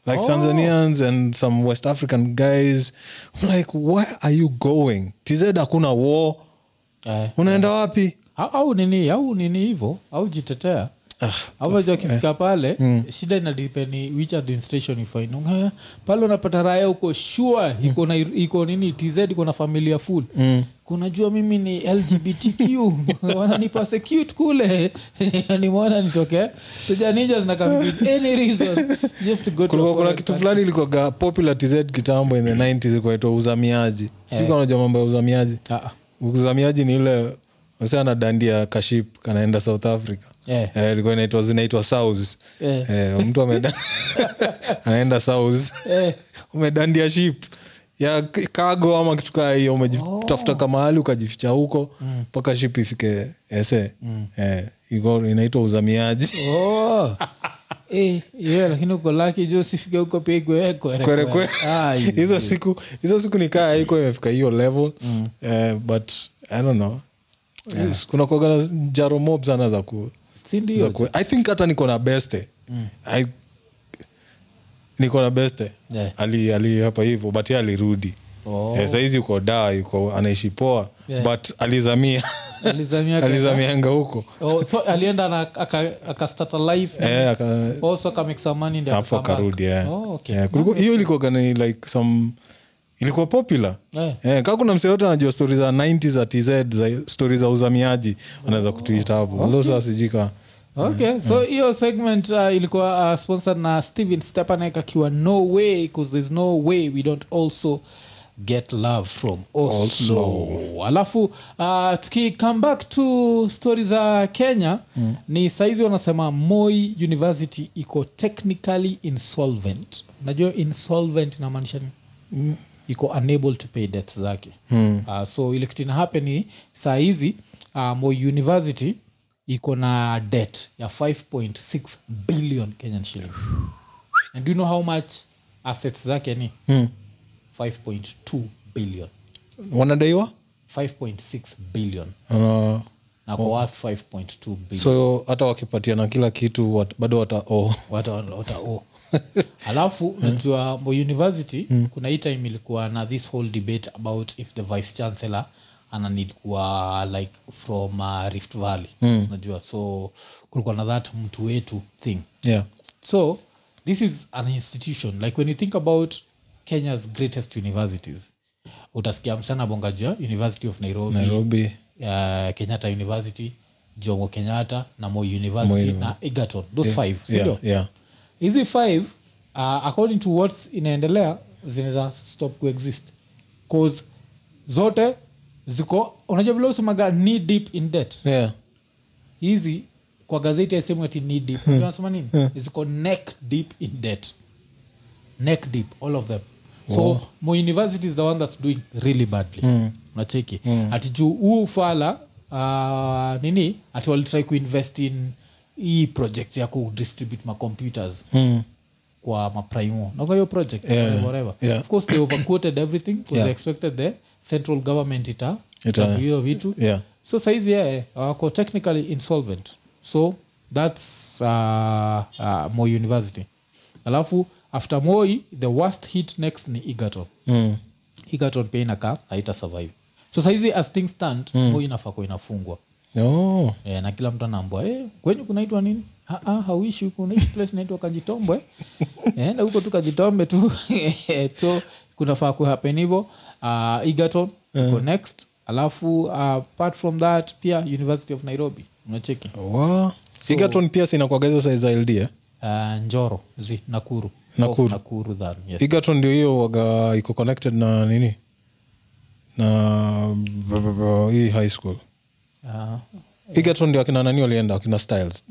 like
Oh.
tanzanians and some west african guys I'm like where are you going tz hakuna war
Yeah.
unaenda wapi
Au- au nini au nini hivo au jitetea
Ah,
awaja akifika
eh.
pale
Hmm.
shida inadipeni which administration ifainunga pale unapata raya uko sure iko na iko nini tz iko na familia full mm. kunajua mimi ni lgbtq
*laughs*
wananipasecute kule *laughs* nimwona nitoke sijanija zinakabidi any reason just to go to a
kulikuwa kuna
foreign
kitu
country.
fulani ilikuwaga popular tz kitambo in
Mm.
the 90s ikaitwa uzamiaji sikuwa unajua mambo ya uzamiaji
Ah, ah.
uzamiaji ni ile msa anadandia kaship kanaenda south africa
Eh,
Eh, ilikuwa inaitwa zinaitwa south
eh,
eh, mtu *laughs* ameda anaenda south
eh.
umedandia ship ya k- cargo ama kitu kaa hiyo umejitafuta oh. Mm. kamahali ukajificha huko mpaka ship ifike ese eh, iko- inaitwa uzamiaji *laughs*
Oh. Eh, yeah, lakini uko laki jo sifike huko pia ikwe- kwere-
Kwere-
kwere.
kwere.
Ah,
*laughs* hizo siku hizo siku nikaa haiko imefika hiyo level mm. eh, but i don't know yeah. kuna kuagana jaro mob sana za ku
si
za
ndio
ku i think hata niko na beste mm. I, niko na beste
Yeah.
ali ali hapa hivyo but ye alirudi
Eh. Oh,
Eh, sahizi uko daa yuko anaishi poa
Yeah.
but alizamia
alizamia kwa-
*laughs* alizamianga huko
Oh, so alienda na aka- akastart a life
Eh, aka-
oh, so akamake some money ndio
hapo
akakam back.
akarudi yeah.
Oh, okay.
Yeah, kuliko- hiyo ilikuwa gani like some ilikuwa popular
Eh,
Eh, kaa kuna msee yote anajua stori za 90 za tz za stori za uzamiaji anaweza kutuita hapo
Oh.
okay. losaa sijika
okay so hiyo segment uh, ilikuwa uh, sponsored na steven stepanek akiwa no way because there's no way we don't also get love from oslo alafu uh, tukicome back to stori za kenya mm. ni saizi wanasema moi university iko technically insolvent najua insolvent inamaanisha nini iko unable to pay debts zake
Hmm.
uh, so ile kitu inahappen ni saa hizi uh, Moi university iko na debt ya 5.6 billion kenyan shillings and do you know how much assets zake ni
hmm.
5.2 billion
wanadaiwa
5.6 billion
uh,
na kwa worth 5.2 billion
so hata wakipatiana kila kitu wat, bado wata oh.
wata wata oh. *laughs* alafu najua Moi university kuna hii time ilikuwa na this whole debate about if the vice chancellor ana need kuwa like from uh, rift valley unajua so kulikuwa na that mtu wetu thing
yeah.
so this is an institution like when you think about kenya's greatest universities utasikia msana bongajua university of nairobi,
nairobi
uh, kenyatta university jomo kenyatta na moi university
Moi-
na egerton those five sindio
yeah, yeah.
hizi five uh, according to what's inaendelea zinaweza stop kuexist cause zote ziko unajua vile usemaga knee deep in debt
Yeah.
hizi kwa gazeti aisemu ati knee deep Unajua wanasema *laughs* nini ziko neck deep in debt neck deep all of them so oh. mo university is the one that's doing really badly mm. nacheki mm. ati juu huu fala uh, nini ati walitrai kuinvest in hii project ya kudistribute macomputers
Mm.
kwa maprimo na kwa hiyo project
Yeah,
whatever, whatever.
yeah.
of course they overquoted everything 'cause
Yeah.
they expected the central government ita
Ita-
itabu hiyo vitu
yeah.
so saizi yeye wako technically insolvent so thats uh, uh, moi university alafu after moi the worst hit next ni egerton
Mm.
egerton pia inakaa haita survive so saizi as things stand
Hmm.
mm. moi inafaa kuwa inafungwa
Oh.
e, na kila mtu anaambwa e, kwenyu kunaitwa nini "Ah, ah, hauishi huku unaishi place inaitwa *laughs* kajitombwe enda huko tu kajitombe tu *laughs* so kunafaa kuhapen hivo uh, egerton
Eh.
iko next alafu uh, apart from that pia university of nairobi unacheki
Wow. Egerton pia sinakwagahizo saiza ld eh?
uh, njoro zi nakuru
Nakuru.
Of nakuru than, yes.
Egerton ndio hiyo waga iko connected na nini na b- b- b- hii high school
uh,
Egerton ndio akina nani walienda akina styles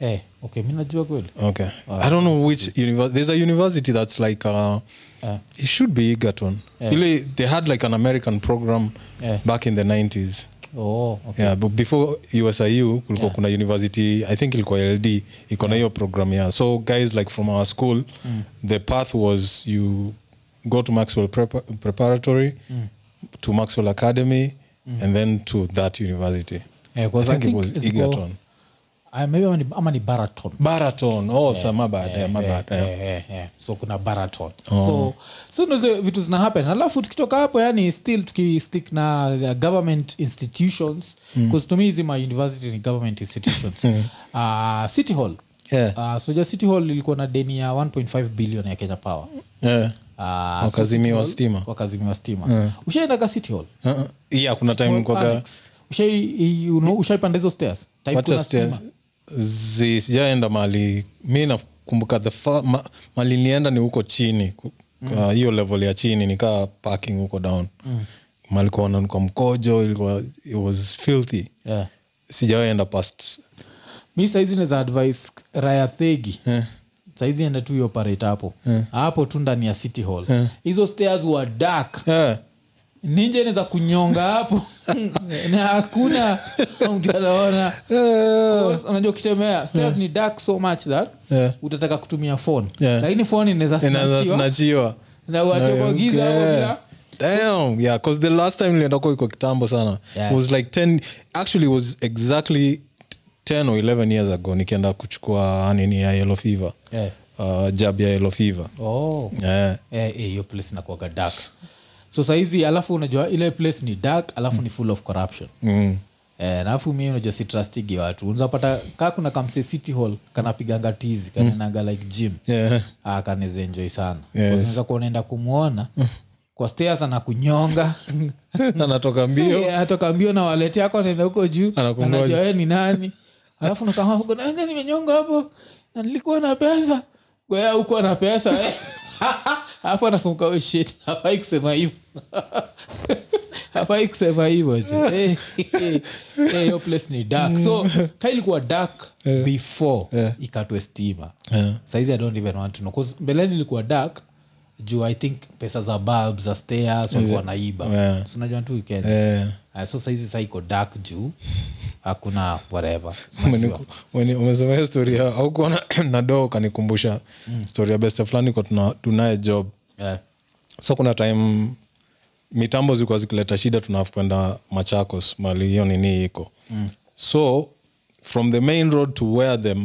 eh, okay mi najua kweli
okay
Ah,
i don't know which univer- there's a university that's like uh,
Eh.
it should be Egerton ile they had like an american program
Eh.
back in the 90s
oh, okay.
yeah but before usiu kulikuwa kuna university i think ilikuwa ld iko na hiyo program yeah Mm. so guys like from our school the path was you go to maxwell Prepa- preparatory to maxwell academy and then to that university
eh, 'cause
Mm. i think
I
it was
think ziko-
egerton
ah, maybe ama ni- ama ni baraton
baraton oh so my bad yeah, my bad yeah. Oh.
Eh, eh, eh. so kuna baraton so so ndo hizo vitu zina happen alafu tukitoka hapo yani still tukistick na uh, government institutions
Hmm.
bcause to me hizi ma university ni government
*laughs*
institutions uh, city hall
Yeah.
uh, soja city hall ilikuwa na deni ya 1.5 billion ya kenya power
Yeah.
uh, so
wakazimiwa stima Hmm.
wakazimiwa stima ushaenda ka city hall
Uh-uh. yeah kuna time kwaga
Annex. Ushai- you know, ushaipanda hizo stairs Type kuna stima.
zi sijaenda mali mi nakumbuka the fa, ma,
Mm.
uh, mali nilienda ni huko chini ku- kwa hiyo level ya chini nikaa parking huko down malikuwa wananuka mkojo ilikuwa it was filthy
yeah.
sijawaenda past
mi saizi neza advice raya thegi
eh,
saizi enda tu ioperate hapo hapo tu ndani ya city hall
Eh.
hizo stairs wa dark
eh.
ninja inaweza kunyonga
*laughs*
hapo na hakuna mtu anaona
Eh,
Because unajua ukitemea stairs ni dark so much that
eh.
utataka kutumia phone
Yeah. Eh,
lakini phone inaweza
Inaanza
snatchiwa
sinachiwa
na uache kwa giza hapo bila
Damn, yeah, 'cause the last time nilienda huko iko kitambo sana
Yeah.
It was like 10 actually it was exactly 10 or 11 years ago nikienda kuchukua ah, nini ya yellow fever
Eh.
uh, jab ya yellow fever
Oh.
yeah.
Eh, eh, hiyo place inakuwaga dark so sahizi alafu unajua ile place ni dark alafu ni full of corruption
mm.
Eh, na alafu mi unajua sitrastigi watu unzapata kaa kuna kamse city hall kanapiganga tizi kanenanga like gym
yeah. *laughs*
Ah, kanaweza enjoy sana
Yes.
yes. kuwa unaenda kumwona kwa stairs anakunyonga
anatoka mbio
Eh, atoka mbio na waleti yako anaenda huko juu
Anakungoja.
anajua yeye ni nani alafu nakama huko "Nani nimenyonga hapo na nilikuwa na pesa kwea huko na pesa eh." *laughs* alafu anakumbuka "Oh shit hafai kusema hivyo *laughs* hafai kusema hivyo je Eh, eh, eh, hiyo place ni dark so ka ilikuwa dark before
Yeah.
ikatwe stima
yeah.
saizi i don't even want to know 'Cause mbeleni ilikuwa dark juu i think pesa za bulb za stairs walikuwa naiba
Yeah.
So unajua tu Kenya.
Yeah.
Ah, so saizi sa iko dark *laughs* juu hakuna *laughs* whatever
Umeniku- umeni- umesema hiyo story ya- au kuona *clears throat* na doo kanikumbusha
Mm.
story ya best fulani kwa tuna, tunaye job
yeah.
so kuna time mitambo zilikuwa zikileta shida tunaaf kwenda machakos mali hiyo nini iko mm. so from the main road to where the,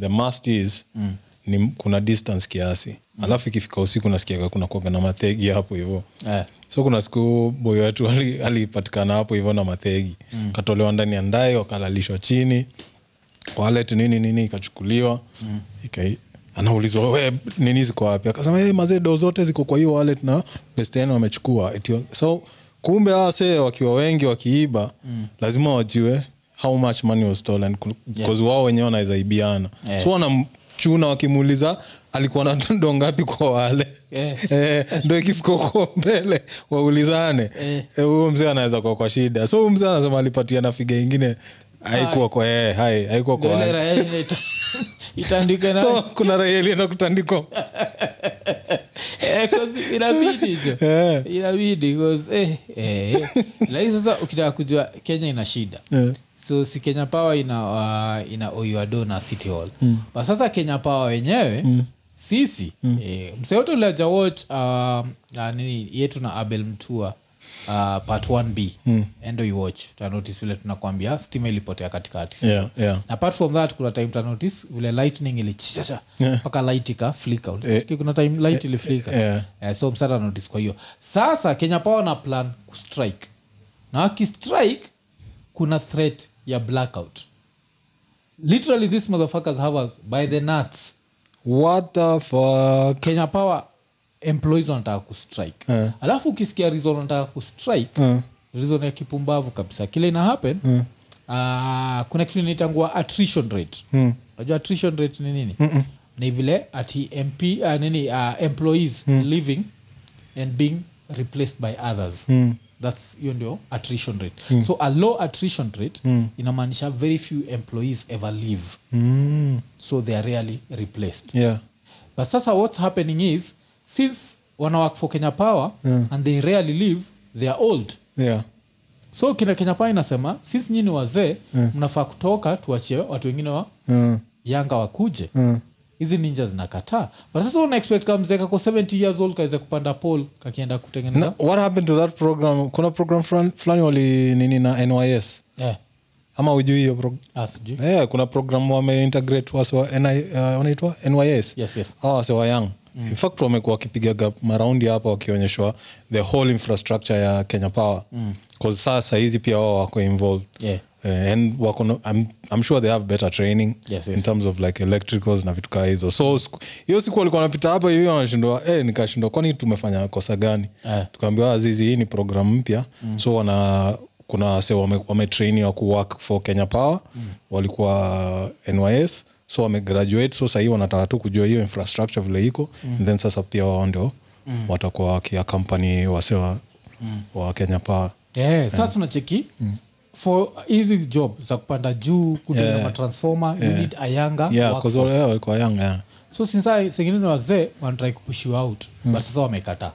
the mast is mm. ni, kuna distance kiasi mm. alafu ikifika usiku nasikiaga kuna kuoga na mategi hapo hivo
Yeah.
so kuna siku boy wetu ali- alipatikana hapo hivyo na mathegi mm. katolewa ndani ya ndae wakalalishwa chini walet nini nini ikachukuliwa mm. Ikai, anaulizwa we nini ziko wapi akasema hey, mazee do zote ziko kwa hiyo walet na bestn wamechukua Eti- so kumbe hawa see wakiwa wengi wakiiba mm. lazima wajue how much money was stolen because wao wenyewe wanaweza ibiana
Yeah.
so wanamchuna wakimuuliza alikuwa na *laughs* do ngapi kwa wale
Eh.
Eh, ndo ikifika huko mbele waulizane
Eh.
Eh, huyo mzee anaweza kuwa kwa shida so huyu mzee anasema alipatia na figa ingine haikuwa kwa yeye hai haikuwa kwa
Ndio ile
wale.
raia yenye ita- *laughs* itandike na
so kuna raia ilienda kutandikwa
Eh, 'cause inabidi jo *laughs*
Eh,
inabidi 'cause, eh, *laughs* eh, eh. lakini sasa ukitaka kujua kenya ina shida
eh,
so si kenya power ina uh, ina oiado na city hall
Mm.
but sasa kenya power wenyewe sisi eh, mseyote uliaja watch uh, uh, nini yetu na abel mtua uh, part 1b mm. endo iwatch utanotice vile tunakwambia stima ilipotea katikati
yeah, yeah.
Na apart from that kuna time utanotice vile lightning ilichichacha
Yeah. Eh.
mpaka light ikaflika Ulisikia kuna time light iliflika
Yeah.
Eh, so msara notice kwa hiyo sasa kenya power na plan kustrike na wakistrike kuna threat ya blackout literally these motherfuckers have us by the nuts
what the fuck
kenya power employees wanataka kustrike
Eh.
alafu ukisikia reason wanataka kustrike
Eh,
reason ya kipumbavu kabisa kile ina happen
eh,
ah, kuna kitu inaitangua attrition rate
mm,
unajua attrition rate ni nini
mm, mm,
ni vile ati mp ah, nini ah, employees leaving and being replaced by others
mm,
thats hiyo ndio attrition rate so a low attrition rate inamaanisha very few employees ever leave
mm,
so they are rarely replaced
yeah,
but sasa what's happening is since wanawork for kenya power
Yeah.
and they rarely leave they are old
yeah,
so kina kenya power inasema since nyini wazee mnafaa kutoka tuachie watu wengine wa
eh,
yanga wakuje
eh,
hizi ninja zinakataa but sasa una expect kama mzee kako 70 years old kaweze kupanda pol kakienda kutengeneza
Na, what happened to that program kuna program fulani- fulani wali nini na nys
eh,
ama ujui hiyo prog-
ah, sijui
yeah, kuna program wameintegrate wase wa NI, uh, wanaitwa nys
yes yes
hawa wase wa young mm. infact wamekuwa wakipigaga maraundi hapa wakionyeshwa the whole infrastructure ya kenya power mm. cause sasa hizi pia wao wako involved
yeah
Uh, and wako na- I'm, i'm sure they have better training
Yes, yes.
in terms of like electricals na vitu kaa hizo so siku- hiyo siku walikuwa wanapita hapa hivi wanashindwa eh, nikashindwa kwani tumefanya kosa gani
Eh.
tukaambiwa "Ah, azizi hii ni program mpya mm. so wana kuna wase wame- wametraini wame kuwork for kenya power mm. walikuwa nys so wamegraduate so sahii wanataka tu kujua hiyo infrastructure vile iko mm. then sasa pia wao ndio mm. watakuwa wakiakampani wasewa wa kenya power
yeah, Eh,
Eh.
sasa unacheki
Mm.
for hizi job za kupanda juu kudenga yeah. matransforma you need a younger
Eh. yeah, 'cause wale-
workforce.
yeah, walikuwa young yeah.
so sinsa sengine ni wazee wanatrai kupush you out
Hmm.
but sasa wamekataa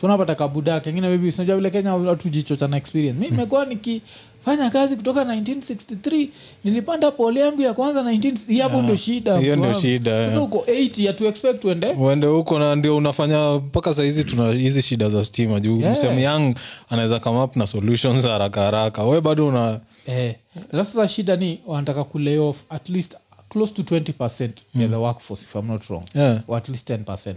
tunapata kabuda kengine maybe sinajua vile kenya watu jicho cha na experience
Hmm.
mi nimekuwa nikifanya kazi kutoka 1963 nilipanda pole yangu ya kwanza 19 hii hapo ndio shida
Ah, hiyo
mtu
ndio
wangu.
shida,
sasa
yeah. Oh.
uko 80 hatu expect tuende
uende huko na ndio unafanya mpaka sahizi tuna hizi shida za stima juu
Yeah.
msehemu yang anaweza come up na solutions za haraka haraka we bado una
eh, sasa sasa shida ni wanataka kulay off at least close to 20
Hmm.
ya the workforce if I'm not wrong
yeah.
or at least 10%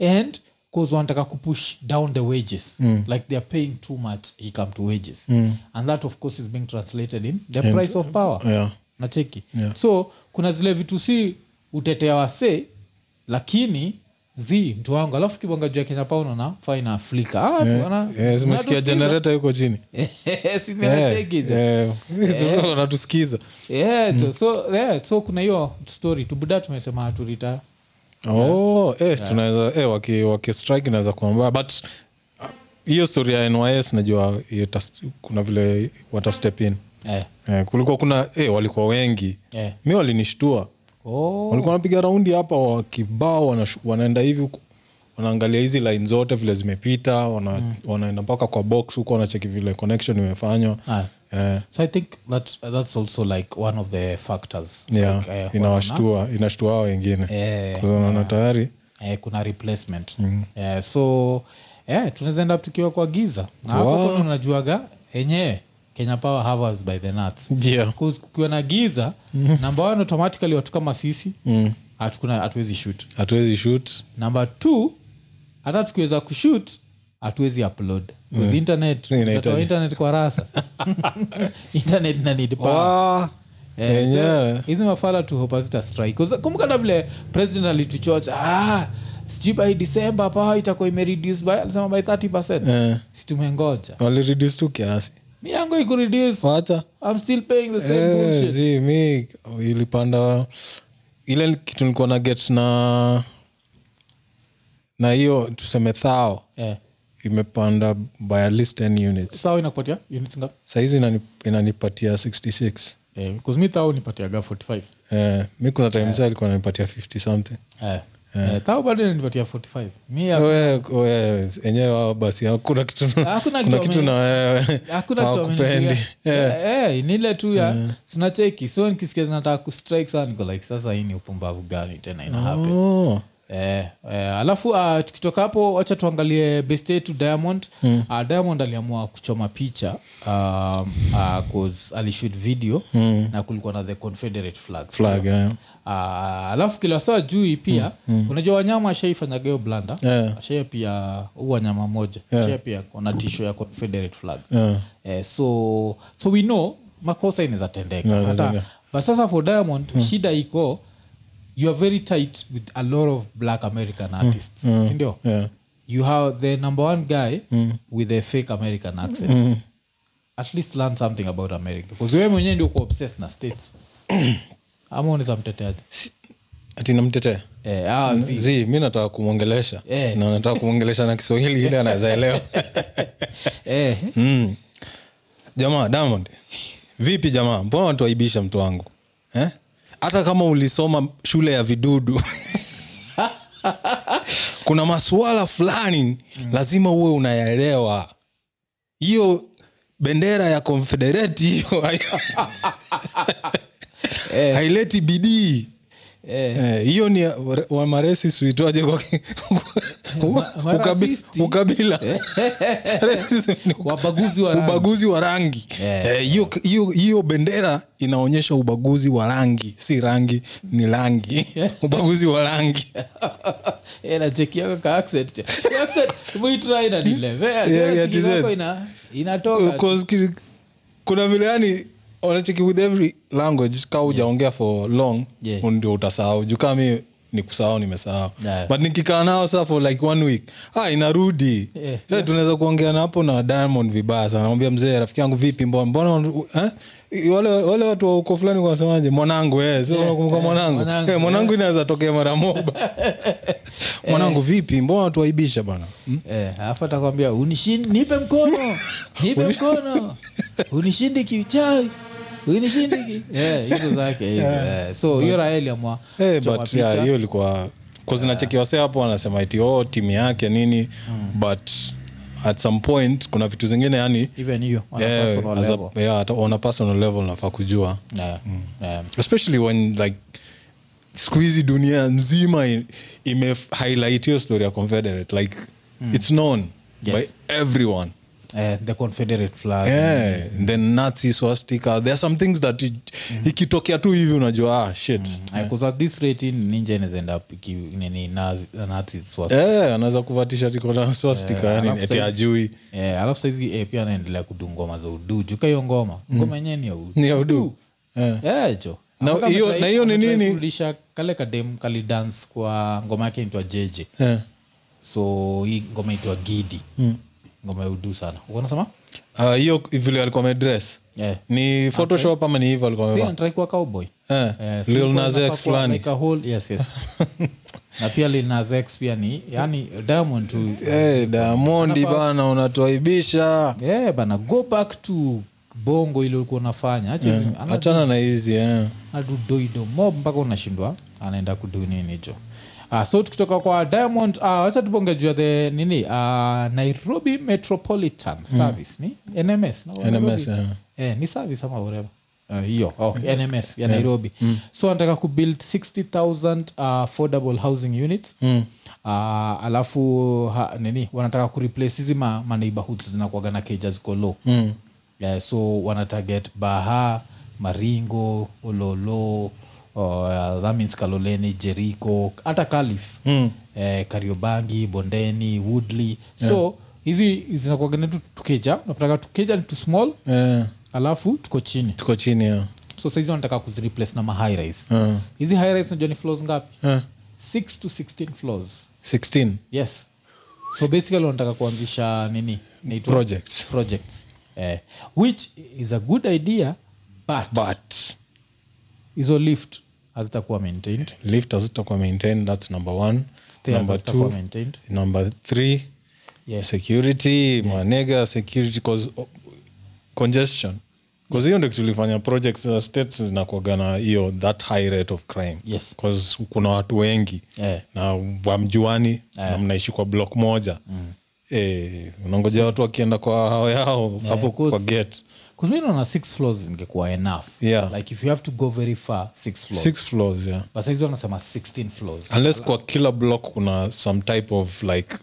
and cause wanataka kupush down the wages mm. like theyare paying too much he come to wages mm. and that of course is being translated in the and, price of power
Yeah.
nacheki
Yeah.
so kuna zile vitu si utetea wasee lakini zi mtu wangu alafu kibonga juu ya kenya pao unaona faa inaaflika ah, tu wana-
Yeah, zimesikia
wanatusikiza.
eh,
*laughs*
generator yuko chini Eh,
Si ninacheki je.
Yeah.
Eh.
Mm. Yeah. wanatusikiza
Yeah, so- so yeah, so kuna hiyo story tubuda tumesema haturita
oh, eh, tunaweza eh, waki, waki strike inaweza kuwa mbaya but ah, hiyo story ya nys najua itas- kuna vile watastep in
eh,
eh, kulikuwa kuna eh, walikuwa wengi
eh.
mi walinishtua
oh.
walikuwa wanapiga raundi hapa wa kibao wanashu- wanaenda hivi huku, wanaangalia hizi line zote vile zimepita wana,
Mm.
wanaenda mpaka kwa box huko wanacheki vile connection imefanywa
ah.
eh,
so i think that that's also like one of the factors
yeah,
like, eh,
inawashtua inashtua hao wengine
eh,
Kwa sababu wanaona tayari
eh, kuna replacement eh, so eh, tunaweza end up tukiwa kwa giza na hapo kuna unajuaga enyewe kenya power have us by the nuts
ndio
Because kukiwa na giza number one automatically watu kama sisi
Mm.
hatukuna hatuwezi shoot
hatuwezi shoot
number two hata tukiweza kushoot hatuwezi upload Because internet
Inahitaji.
tutatoa internet kwa rasa internet na need power
Ah,
Eh,
Yenyewe.
so, hizi mafala tu hope hazita strike. 'Cause kumbuka na vile president alituchocha ah, sijui by december pa itakuwa imereduce by alisema by 30
eh,
situmengoja
walireduce tu kiasi
mi yangu ikureduce
wacha
I'm still paying the same
Eh,
bullshit.
zi mi ilipanda ile kitu nilikuwa na get na na hiyo tuseme thao
Eh,
imepanda by at least 10 units
sawa inakupatia units ngapi?
sahizi inani- inanipatia 66
Eh, because mi thao nipatiaga 45
eh, mi kuna time saa ilikuwa nanipatia 50 something
eh, eh, thao bado inanipatia 45 mi *laughs* ya-
We- we, enyewe wao basi hakuna kitu
Hakuna kitu
kuna kitu na wewe
hakuna kitu
Hawakupendi.
wamenipigia. *laughs* Eh, eh, ni ile tu ya sinacheki so nikisikia zinataka kustrike sana niko like sasa hii ni upumbavu gani tena ina happen
Oh,
eh, eh, alafu uh, tukitoka hapo wacha tuangalie best yetu diamond
Hmm.
mm. uh, diamond aliamua kuchoma picha um, uh, 'cause alishoot video mm. na kulikuwa na the confederate flags
hmm. flag eh.
uh, alafu kila saa jui pia mm. unajua wanyama ashaifanyagayo blanda
Hmm, Yeah.
ashaya pia huu wanyama moja yeah. ashaya pia kona tisho ya confederate flag
Yeah.
eh, so so we know makosa inaweza tendeka
No,
hata
inaweza.
but sasa for diamond
Hmm.
shida iko you are very tight with a lot of black
Hmm.
american artists sindio
Yeah.
you have the number one guy
Hmm.
with a fake american accent at least learn something about america bcause wewe mwenyewe ndio uko obsessed na
*coughs*
states ama unaweza mteteaje
ati namtetea
eh, ah, si.
zi mi nataka kumwongelesha
Eh.
na nataka kumwongelesha na kiswahili ile anaweza elewa
*laughs* eh,
mm. jamaa diamond vipi jamaa mbona watuaibisha mtu wangu eh? hata kama ulisoma shule ya vidudu *laughs* kuna masuala fulani
Hmm.
lazima uwe unayaelewa hiyo bendera ya konfedereti hiyo hai-
Eh.
haileti bidii
eh. *laughs*
Eh, hiyo ni wamaresi uitwaje kwa *laughs*
ma-
ukabi-
rasisti.
ukabila *laughs* Racism ni
*laughs* wabaguzi wa rangi.
ubaguzi wa rangi
Eh.
Eh, hiyo hiyo- hiyo bendera inaonyesha ubaguzi wa rangi si rangi ni rangi *laughs* ubaguzi wa rangi
Eh, na cheki yako ka accent cha. Ka accent, we try na nileve. Eh,
Yeah,
tena
yeah,
cheki
tizeni.
yako ina- inatoka tu.
'Cause ki- kuna vile yani unacheki with every language ka ujaongea for long
Yeah.
ndio utasahau juu kama mi ni kusahau nimesahau
Yeah.
but nikikaa nao saa for like one week ah, inarudi
Yeah,
yeah, tunaweza kuongea na hapo na diamond vibaya sana namwambia mzee rafiki yangu vipi mbona mbona un- eh? I- wale, wale watu wa uko fulani wanasemaje mwanangu eh, sio unakumbuka mwanangu
mwanangu,
Eh, mwanangu inaweza tokea
*laughs*
mara moba mwanangu vipi mbona tuwaibisha bana
Eh, alafu atakwambia "Unishin- nipe *laughs* mkono nipe mkono unishindi kichai unishindi *laughs* ki-" Eh, hizo zake hizo eh. so hiyo raha iliamua
Eh,
kuchoma
but
picha.
yeah, hiyo ilikuwa kozinachekewase hapo wanasema iti oh, timu yake nini
Hmm.
but at some point kuna vitu zingine yani
even hiyo on a
eh,
personal
as a-
level.
yeah, at- on a personal level nafaa kujua
Eh, eh.
especially when like siku hizi dunia nzima i- ime highlight hiyo story ya confederate like it's known
Hmm. Yes. Hmm.
by everyone
Eh, the confederate flag
yeah. then nazi swastika there are some things that it-
Hmm.
ikitokea tu hivi unajua ah, shit
because Eh, at this rate in ninja inaweza end up iki- nini nazi- nazi swastika.
Eh, anaweza kuvatisha tiko na swastika yani
Eh, alafu
eti
saizi-
ajui
Eh, alafu saizi eh, pia anaendelea kudu ngoma za udu juka hiyo ngoma ngoma yenyewe ni ya udu
ni audu
Eh, cho
Na
Ambapo
hiyo-
ametry-
na hiyo ni
ametry
nini?
kurudisha kale kadem kalidance kwa ngoma yake inaitwa jeje
eh,
so hii ngoma inaitwa gidi ngoma ya udu sana Uko unasema
hmm. Ah, hiyo vile alikuwa amedress
Eh.
ni photoshop ama ni hivyo alikuwa
Si
amevaa
anatry kuwa cowboy
Eh,
Eh, si
Lil
kwa
Nas
inafaa
X
kuwa
fulani
like a whole- yes,
*laughs*
yes. na pia Lil Nas X pia ni yani diamond tu
Eh, damondi bana unatuaibisha
Eh, bana go back to bongo ile ulikuwa unafanya acha hizi- ana-
hatana na hizi eh.
adudoidomo mpaka unashindwa anaenda kudu nini hicho Ah, so tukitoka kwa diamond uh, wacha tubonge juu ya the nini uh, nairobi metropolitan service ni nms na
NMS,
Nairobi.
eh.
eh, ni service ama whatever Eh, hiyo oh, nms ya nairobi so anataka kubuild 60000 uh, affordable housing units
Mm.
uh, alafu ha, nini wanataka kureplace hizi ma, ma neighborhoods zinakuaga na keja ziko low
Mm.
yeah, Eh, so wanatarget baha maringo ololo uh, that means kaloleni jerico hata kalif
Mm.
eh, kariobangi bondeni woodley so hizi zinakuagana tu tukeja napataka tukeja ni tu small
Eh,
alafu tuko chini
tuko chini ya
so saizi wanataka kuzireplace na mahigh rise
Eh,
hizi high rise unajua ni floors ngapi
eh.
6 to 16 floors
16
yes so basically wanataka kuanzisha nini naitwa
projects
projects eh, which is a good idea but
but
hizo lift hazitakuwa maintained
lift hazitakuwa maintained that's number one
Stairs
number
hazitakuwa
two
maintained
number three
Yes.
security manega security cause oh, congestion bcause hiyo ndo kitulifanya projects za states zinakuaga na hiyo that high rate of crime
Yes.
bcause kuna watu wengi
Eh,
na wamjuani na mnaishi kwa block moja mm. e, unangoja watu wakienda kwa hao yao hapo kwa
course.
gate
'cause mi naona six floors ingekuwa enough
Yeah.
like if you have to go very far six floors
six Ah. floors yeah
but saizi wanasema 16 floors
unless kwa kila block kuna some type of like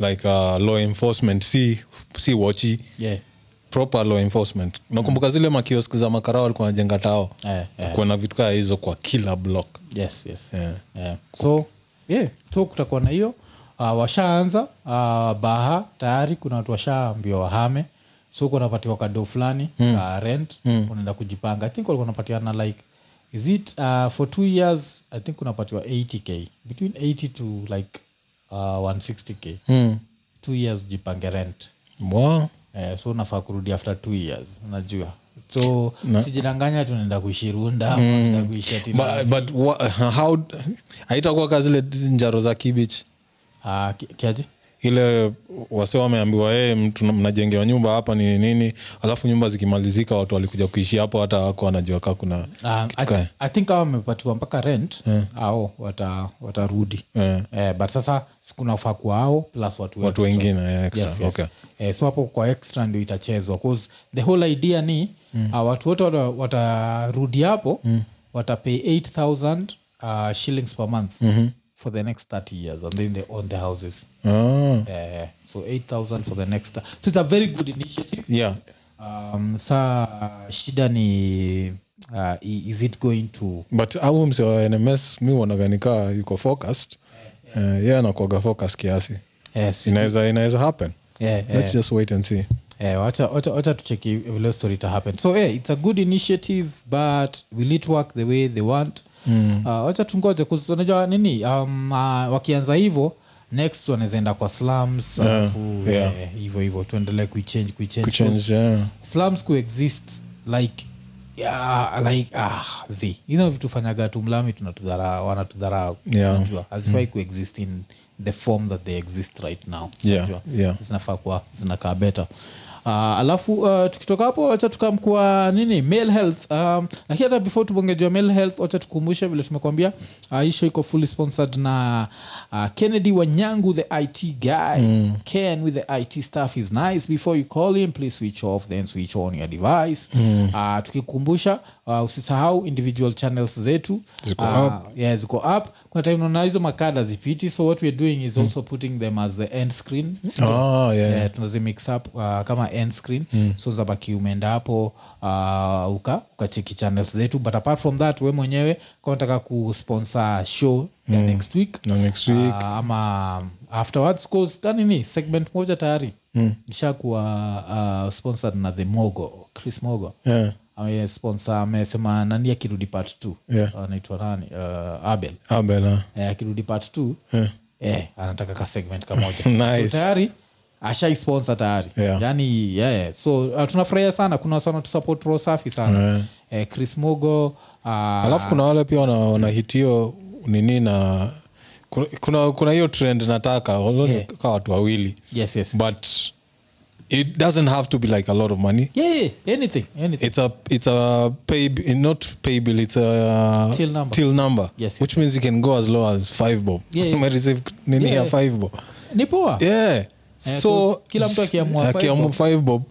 like uh, law enforcement si si wachi
yeah.
proper law enforcement nakumbuka zile makiosk za makarao walikuwa wanajenga tao
Mm. Eh, eh,
kuwa na vitu kaa hizo kwa kila block
yes, yes.
yeah.
Eh, so yeah, so kutakuwa na hiyo uh, washaanza uh, baha tayari kuna watu washaambiwa wahame so uko unapatiwa kado fulani mm. uh, rent mm. unaenda kujipanga i think walikuwa unapatiana like is it uh, for two years i think unapatiwa 80k between 80 to like uh, 160k
mm.
two years ujipange rent
wow.
eh, so unafaa kurudi after two years unajua so sijidanganya tunaenda kuishirunda mm. kuishatina
but, but wha- how haitakuwa ka zile njaro za kibich
uh, kiaje
ile wase wameambiwa hey, mtu- mnajengewa nyumba hapa ni nini alafu nyumba zikimalizika watu walikuja kuishi hapo hata wako wanajua kaa kuna
Um, I,
kaya.
th- i think awa wamepatiwa mpaka rent au wata- watarudi
eh,
eh, but sasa sikunafaa kwa ao plus watu
watu
extra.
wengine eh, extra.
Yes, yes.
Okay.
Eh, so hapo kwa extra ndio itachezwa 'Cause the whole idea ni mm. uh, watu wote wata- watarudi hapo mm. watapay 8000 uh, shillings per month mm-hmm. for the next 30 years and then they own the houses
Ah,
eh, so 8000 for the next so it's a very good initiative
yeah.
um, saa shida ni uh, i- is it going to
but au mse wa nms mi uonaganika yuko focused eh, yeye anakuaga focus kiasi
yes,
inaweza inaweza happen
yeah, yeah.
let's just wait and see
Eh, wacha- wacha wacha tucheki vile hiyo story itahappen so eh, it's a good initiative but will it work the way they want mm. uh, wacha tungoje 'cause unajua nini um, uh, wakianza hivyo next wanazaenda kwa slums
Yeah,
alafu
yeah.
eh, hivyo hivyo tuendelee kuichange kuichange
kuchange yeah.
slums kuexist like yeah, like ah, zi hizo vitu fanyaga tu mlami tunatudhara- wanatudharau
Yeah. Mm.
unajua hazifai kuexist in the form that they exist right now
Yeah,
unajua.
yeah.
zinafaa kuwa zinakaa beta Uh, alafu uh, tukitoka hapo wacha tukamkua nini male health um, lakini hata before tubongejwa male health wacha tukumbushe vile tumekwambia uh, hii show iko fully sponsored na uh, kennedy wanyangu the it guy mm. ken with the it staff is nice before you call him please switch off then switch on your device mm. uh, tukikumbusha uh, usisahau individual channels zetu
Ziko
Ah,
up.
yeah, ziko up kuna time unaona hizo makada zipiti so what weare doing is also putting them as the end screen Sio-
Ah, yeah.
Eh, tunazimix up uh, kama end screen so zabaki umeenda hapo uh, uka ukacheki channels zetu but apart from that we mwenyewe kama unataka kusponsor show ya next week
na next week
Uh, ama afterwards cause ta nini segment moja tayari mm. ishakuwa uh, sponsored na the mogo chris mogo
yeah.
amesponsor amesema nani akirudi part t
Yeah.
anaitwa nani uh, abel
abela
eh, akirudi part t
yeah.
eh, anataka ka segment
*laughs*
kamoja
Nice.
so tayari ashaisponsor tayari
Yeah.
yani yeah, yeah. so uh, tunafurahia sana kuna wasa wanatusupport roho safi sana
Yeah.
eh, chris mogo uh,
alafu kuna wale pia wana- wanahitio nini na kuna- kuna kuna hiyo trend nataka although ni
Eh.
ka watu wawili
yes, yes.
but it doesn't have to be like a lot of money
Yeah, yeah, anything, anything.
it's a it's a pay not pay bill it's a
Till number.
till number
Yes, yes.
which means you can go as low as 5 bob
Yeah,
*laughs*
yeah.
Ume receive nini
Yeah,
ya
yeah.
5 bob
ni poa
yeah so
cause Eh, kila mtu akiamua five
akiamua
bob.
5 bob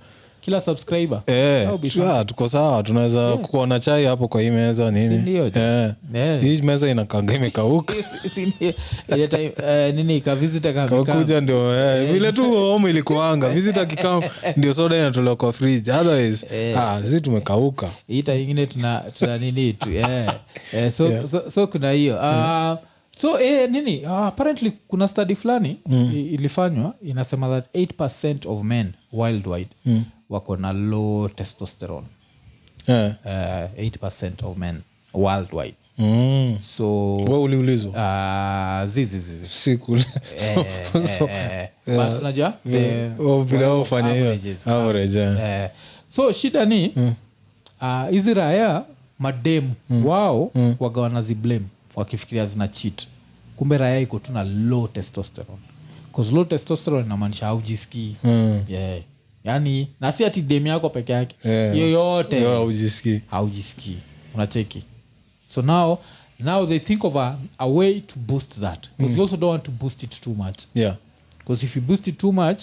kila subscriber
eh,
That'll be
sure, tuko sawa tunaweza kuwa na chai hapo kwa hii meza nini
Sindio, jo?
Eh.
Yeah. *laughs*
hii meza inakanga imekauka
Si- si- ile time, eh, nini kavizita
kakuja ndio eh, vile tu home ilikuanga
*laughs*
visita kikam ndio soda inatolewa kwa fridge otherwise ah, sisi tumekauka
ita ingine tuna tuna nini tu *laughs* yeah. yeah, so,
Yeah.
so, so kuna hiyo uh, so eh, nini uh, apparently kuna study fulani mm. ilifanywa inasema that 8 of men worldwide mm. wako na low testosterone
yeah.
uh, 8 of men worldwide
mm.
so
we uliulizwa
uh, zizi zizi
*laughs*
Eh,
sikule
*laughs* unajua the-
vile wafanya hiyo
averages.
average eh.
eh, so shida ni
Mm.
ah, hizi raya mademu wao
Mm.
waga wanaziblame wakifikiria zina cheat kumbe raya iko tu na low testosterone 'Cause low testosterone inamaanisha haujisikii
Mm.
yeah. yani na si ati demu yako peke yake
Yeah.
yoyote
Yo, haujisikii
haujisikii unacheki so now now they think of a, a way to boost that
Mm.
because you also don't want to boost it too much
yeah
because if you boost it too much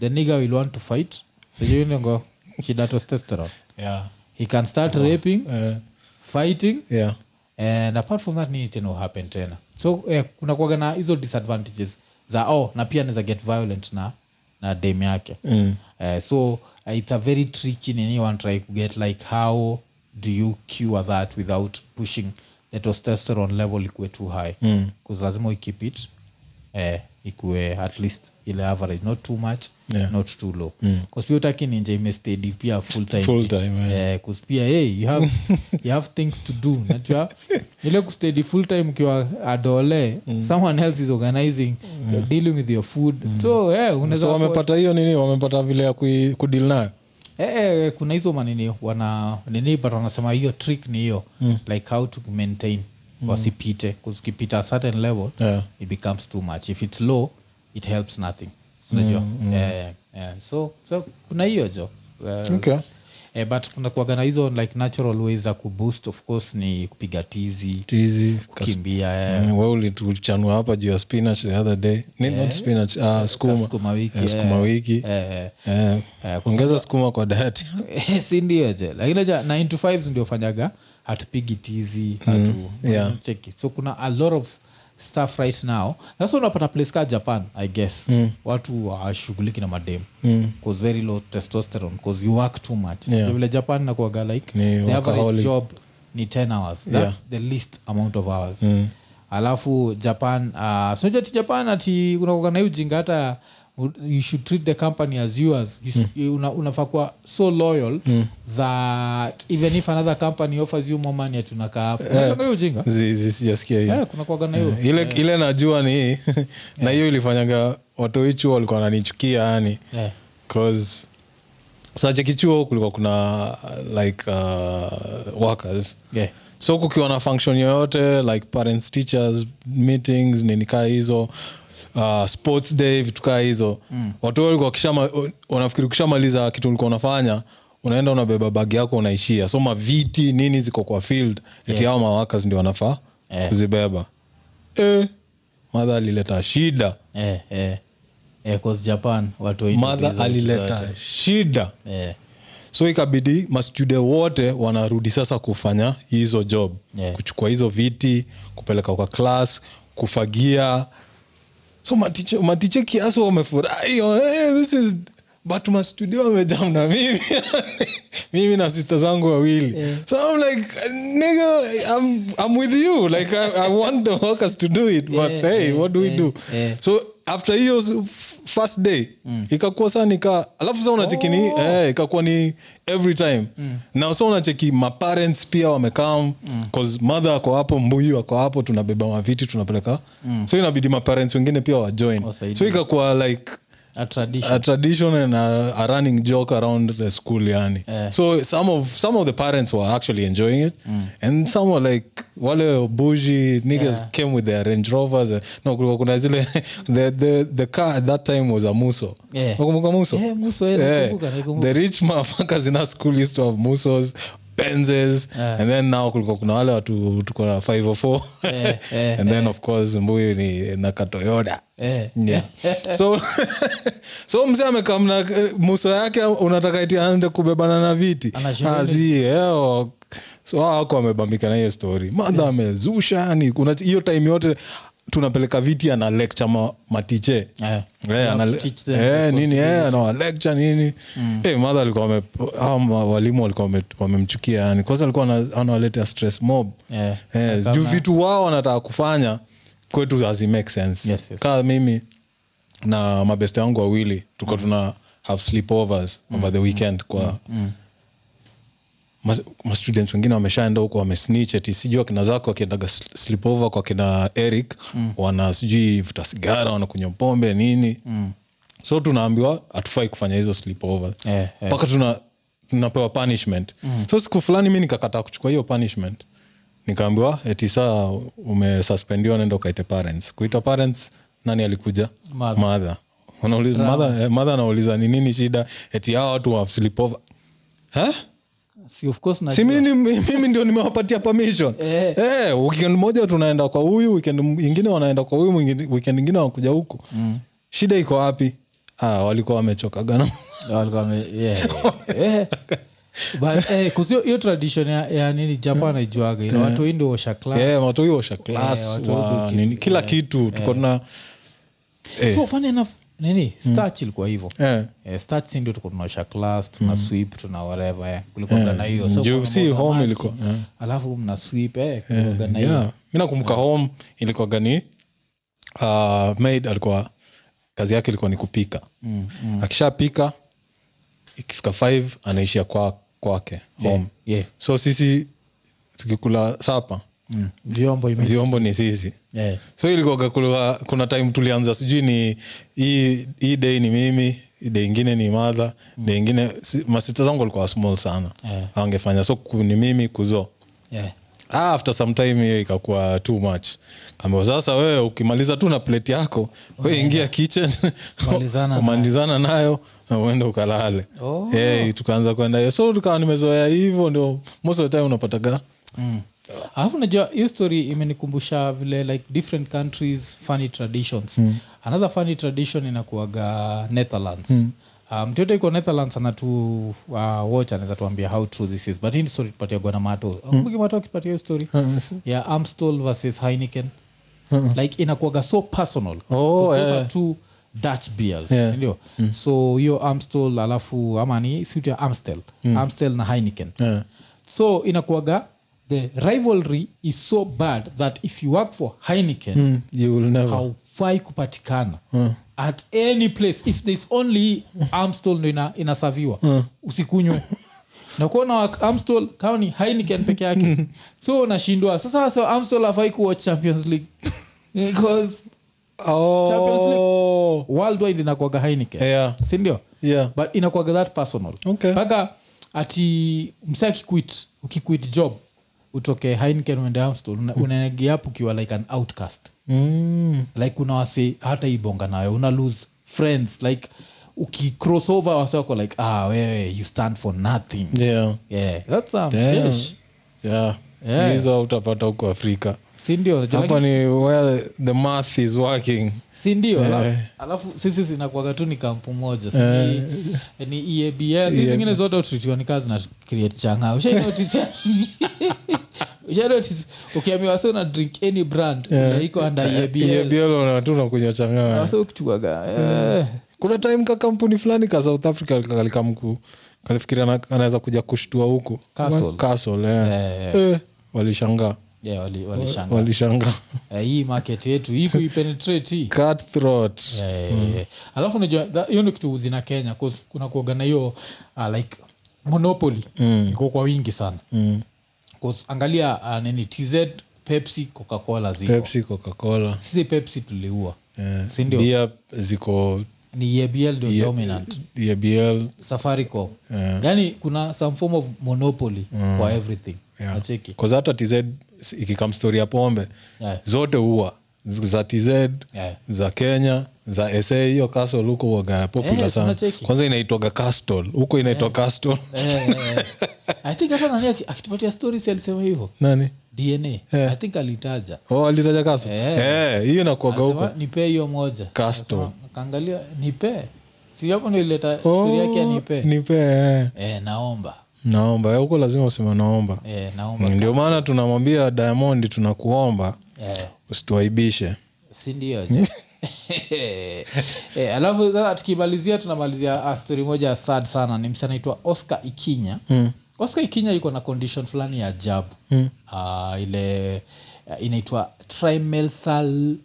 the nigger will want to fight so you know go shida testosterone
yeah
he can start raping
eh,
fighting
yeah
and apart from that nini tena will happen tena so eh, kuna kuwaga na hizo disadvantages za oh na pia anaweza get violent na na dem yake
mm.
Eh, so uh, it's a very tricky nini one try to get like how do you cure that without pushing the testosterone level ikuwe too high
Mm.
because lazima uikeep it eh, ikuwe at least ile average not too much
Yeah. Mm.
not too low because pia utaki ninja imestedi pia full time
full time eh.
Eh, 'cause pia hey, you,
*laughs*
have, you have things to do najua ile kustedi full time ukiwa adole
Mm.
someone else is organizing you're dealing with your food so eh, unaweza
so
afford-
wamepata hiyo nini wamepata vile ya kui- kudil nayo
Eh, eh, kuna hizo manini wana nini but wanasema hiyo trick ni hiyo mm. like how to maintain
Mm.
wasipite 'cause ukipita a certain level
yeah.
it becomes too much if it's low it helps nothing sinajua yeah, yeah, yeah. so, so kuna hiyo jo Eh,
okay.
eh, but kuna kuwaga na hizo like natural ways za kuboost of course ni kupiga tizi
tizi
kukimbia eh,
Eh, we ulituchanua hapa juu ya spinach the other day Ni- not spinach ah,
ka-
skuma
sukuma wiki,
Eh, sukuma
eh,
wiki
eh,
Eh,
eh,
ongeza sukuma kwa diet
Eh, *laughs* si ndio je lakini ja 9 to 5 ndio fanyaga hatupigi tizi hatu
yeah.
cheki so kuna a lot of stuff right now that's why unapata place ka japan i guess watu washughuliki na mademu
*laughs* Mm.
cause very low testosterone cause you work too much
Yeah.
Ndio vile japan nakuaga like
Ni
the average
workaholic.
job ni 10 hours that's the least amount of hours
mm.
ah, alafu japan uh, sinajua ti japan ati unakuaga na hii ujinga hata you should treat the company as yours you, mm. una, unafaa kuwa so loyal mm. that even if another company offers you more money at unakaa hapo yeah. hiyo jinga
Zi- zi- sijasikia hiyo
yeah, Eh, kuna kuagana hiyo
ile, ile najua ni *laughs* hii na hiyo ilifanyaga watoichuo walikuwa wananichukia yani
yeah.
cause sachekichuo kulikuwa kuna like uh, workers
yeah.
so kukiwa na function yoyote like parents teachers meetings ninikaa hizo uh, sports day vitu kaa hizo mm. watu walikuwa wakishama- wanafikiri ukishamaliza kitu ulikuwa unafanya unaenda unabeba bagi yako unaishia so maviti nini ziko kwa field eti hao mawakas ndio wanafaa
Yeah.
kuzibeba eh, madha alileta shida
Eh, eh. Eh, 'cause japan watu wengi
madha
walizo-
alileta shida
eh,
so ikabidi mastude wote wanarudi sasa kufanya hizo job
Yeah.
kuchukua hizo viti kupeleka kwa class kufagia so matiche, matiche kiasi wamefurahi eh, this is- but mastudio wamejam na mimi *laughs* mimi na siste zangu wawili so I'm like nigga, I'm, I'm with you like I, I want the workers to do it but
Yeah,
hey
yeah,
what do we
yeah,
do
yeah.
so after hiyo s- f- first day Eh. mm. ikakuwa saa nika alafu sa unacheki ni eh, ikakuwa ni every time mm. na sa unacheki maparents pia wamekam mm. cause mother ako hapo mbuyu ako hapo tunabeba maviti tunapeleka mm. so inabidi maparents wengine pia wajoin
Wasaidie.
so ikakuwa like
a tradition
a tradition and a, a running joke around the school yani
Eh. Mm.
so some of some of the parents were actually enjoying it and some were like wale bougie niggas
Yeah.
came with their range rovers no kulikuwa kuna zile *laughs* the, the, the car at that time was a muso
Yeah.
nakumbuka muso
Eh, muso, eh,
Yeah.
nakumbuka, nakumbuka.
the rich motherfuckers in our school used to have musos benzes
Yeah.
and then now kulikuwa kuna wale watu tuko na 504
Eh, eh,
*laughs* and then of course mbuyu ni nakatoyoda
Eh, *laughs*
yeah. so so mzee amekamna muso yake unataka iti aanze kubebana na viti
Anashindwa
azieo so hao wako wamebambika na hiyo story madha amezusha yani kuna hiyo time yote tunapeleka viti ana lecture ma, matiche
eh.
Eh, ana-
to teach them
eh, nini eh, anawa lecture nini
Mm.
Eh, madha alikuwa wame- hao ma- walimu walikuwa wame- wamemchukia yani kwanza alikuwa ana- anawaletea stress mob
Eh,
Yes, juu vitu wao wanataka kufanya kwetu hazi make sense
Yes, yes.
kaa mimi na mabeste wangu wawili tuko
Mm.
tuna have sleepovers over the weekend kwa
Mm.
Mas- mastudents wengine wameshaenda huko wamesnitch eti sijui akina zako akiendaga sl- sleepover kwa kina eric
Mm.
wana sijui vuta sigara wanakunywa pombe nini
Mm.
so tunaambiwa hatufai kufanya hizo sleepovers
eh, eh.
mpaka tuna tunapewa punishment
Mm.
so siku fulani mi nikakataa kuchukua hiyo punishment nikaambiwa eti saa umesuspendiwa naenda ukaite parents kuita parents nani alikuja
Mother.
Mother. Wanauliza- mother- eh, mother anauliza ni nini shida eti hawa watu wa sleepover Huh?
Si of course
si
najua.
mimi, mimi ndio nimewapatia permission
*laughs* Eh.
Eh, weekend moja tunaenda kwa huyu weekend ingine wanaenda kwa huyu mwingine- weekend ingine wanakuja huku
Mm.
shida iko wapi ah, walikuwa wamechokagana
Walikuwa wame-
*laughs*
yeah, yeah. Eh. But, eh, 'cause hiyo- hiyo tradition ya, ya nini japan aijuaga ina watu wengi ndio washa class
Yeah, watu hiyo washa class,
Yeah, watu
wa
huduki-
nini, kila kitu tuko tuna eh, Mm.
so funny enough nini starch ilikuwa hivyo
eh,
Eh, starch si ndio tulikuwa tunaosha class
Mm.
tuna sweep tuna whatever eh. kulikuwa na hiyo so
Juu
kuna
si
mwaga
home
maji,
ilikuwa, eh.
alafu mna sweep eh kulikuwa na hiyo
yeah. mi nakumbuka home ilikuwa gani uh, maid alikuwa kazi yake ilikuwa ni kupika
Mm,
akishapika ikifika 5 anaishia kwa, kwake home
yeah, yeah.
so sisi tukikula sapa
Mm. vyombo ime-
vyombo ni sisi
eh.
so ilikuwaga kulikuwa- kuna time tulianza sijui ni hii hii day ni mimi day ingine ni madha mm. day ingine si, masita zangu walikuwa small sana
Eh.
awangefanya so ku- ni mimi kuzo
Yeah.
Ah, after some time hiyo ikakuwa too much kaambia sasa wewe ukimaliza tu na plate yako we ingia kitchen *laughs*
Malizana nayo.
umalizana nayo na uende ukalale
Oh.
hey, tukaanza kwenda hiyo so tukawa nimezoea hivyo ndio most of the time unapataga
Mm. alafu najua hiyo story imenikumbusha vile like different countries funny traditions mm. another funny tradition inakuaga netherlands mm. mtoto um, iko netherlands anatu uh, watch anaweza tuambia how true this is but hii ni story tupatia gwana
Mm.
mato kumbuki mato akipatia hiyo story
Uh-huh.
ya amstel versus heineken like inakuaga so personal
Oh,
Because those
eh.
are two dutch beers
Yeah. Mm.
ndio so hiyo amstel alafu ama ni situ ya amstel amstel na heineken
Mm. yeah.
so inakuaga the rivalry is so bad that if you work for heineken
Hmm. you will never
haufai kupatikana at any place if thereis only amstol ndo ina, inasaviwa usikunywe nakuona amstol kama ni hainiken peke yake so unashindwa sasa so amstol afai kuwatch champions league *laughs* because
Oh.
worldwide inakwaga hainiken
Yeah,
sindio
yeah.
but inakwaga that personal
Okay.
mpaka ati mse akiquit ukiquit job utoke hainken uende amstol una-
Hmm.
unaingia hapo ukiwa like an outcast
Mm.
like kuna wase hata ibonga nayo una lose friends like ukicrossover wase wako like ah wewe you stand for nothing
Yeah,
yeah that's um,
Hmm. Damn.
ish.
yeah.
Yeah.
hizo utapata huko afrika
si ndio
hapa
Lakini-
ni where the math is working
si ndio
Yeah.
alafu- alafu sisi zinakuaga tu ni kampu moja si ni- eh, ni E eabl hizi zingine zote utritiwa ni kazi na create changa ushainotice ushainotice ukiambiwa wase una drink any brand yeah. iko under E
E
eabl
tu nakunywa changana
wase ukichukaga eh.
kuna time ka kampuni fulani ka south africa kalikamku kalifikiria ana- anaweza kuja kushtua huku
Castle.
Castle, eh.
Eh,
Eh, walishangaa
yeah, wali- walishanga *laughs*
walishangaa
Eh, hii market yetu hii kuipenetrate hii.
cutthroat
Eh, alafu unajua tha- hiyo ndio kitu udhina kenya 'cause kuna kuoga na hiyo ah, like monopoly iko kwa wingi sana
Mm.
'Cause angalia ah, nini tz pepsi coca-cola ziko
pepsi coca-cola
sisi pepsi tuliua
eh.
Si ndio?
Bia ziko
ni abl ndio dominant
abl
safaricom
eh.
yaani kuna some form of monopoly kwa everything nacheki
'Cause hata tz ikikam stori ya pombe
yeah.
zote huwa Z- za tz
yeah.
za kenya za sa hiyo castle huko huwaga popular
Eh,
sana
tunacheki.
kwanza inaitwaga castle huko inaitwa castle
Eh, eh, eh. i think hata nani aki- akitupatia stories alisema hivyo
nani
dna i think alitaja
oh, alitaja castle
Eh.
Eh, hiyo inakuaga huko
Sema, nipee hiyo moja
Castle.
Sema, kaangalia nipee si hapo ndo ileta
Oh,
stori yake ya nipee
nipe eh.
eh, naomba
naomba Eh, huko lazima useme naomba Mm,
eh, naomba
ndio maana tunamwambia diamond tunakuomba
eh,
usituaibishe
si ndio je *laughs* eh, alafu sasa tukimalizia tunamalizia ah, story moja ya sad sana ni msi anaitwa oscar ikinya
Mm.
oscar ikinya yuko na condition fulani ya ajabu
Mm.
Ah, ile ah, inaitwa trimethalmenuria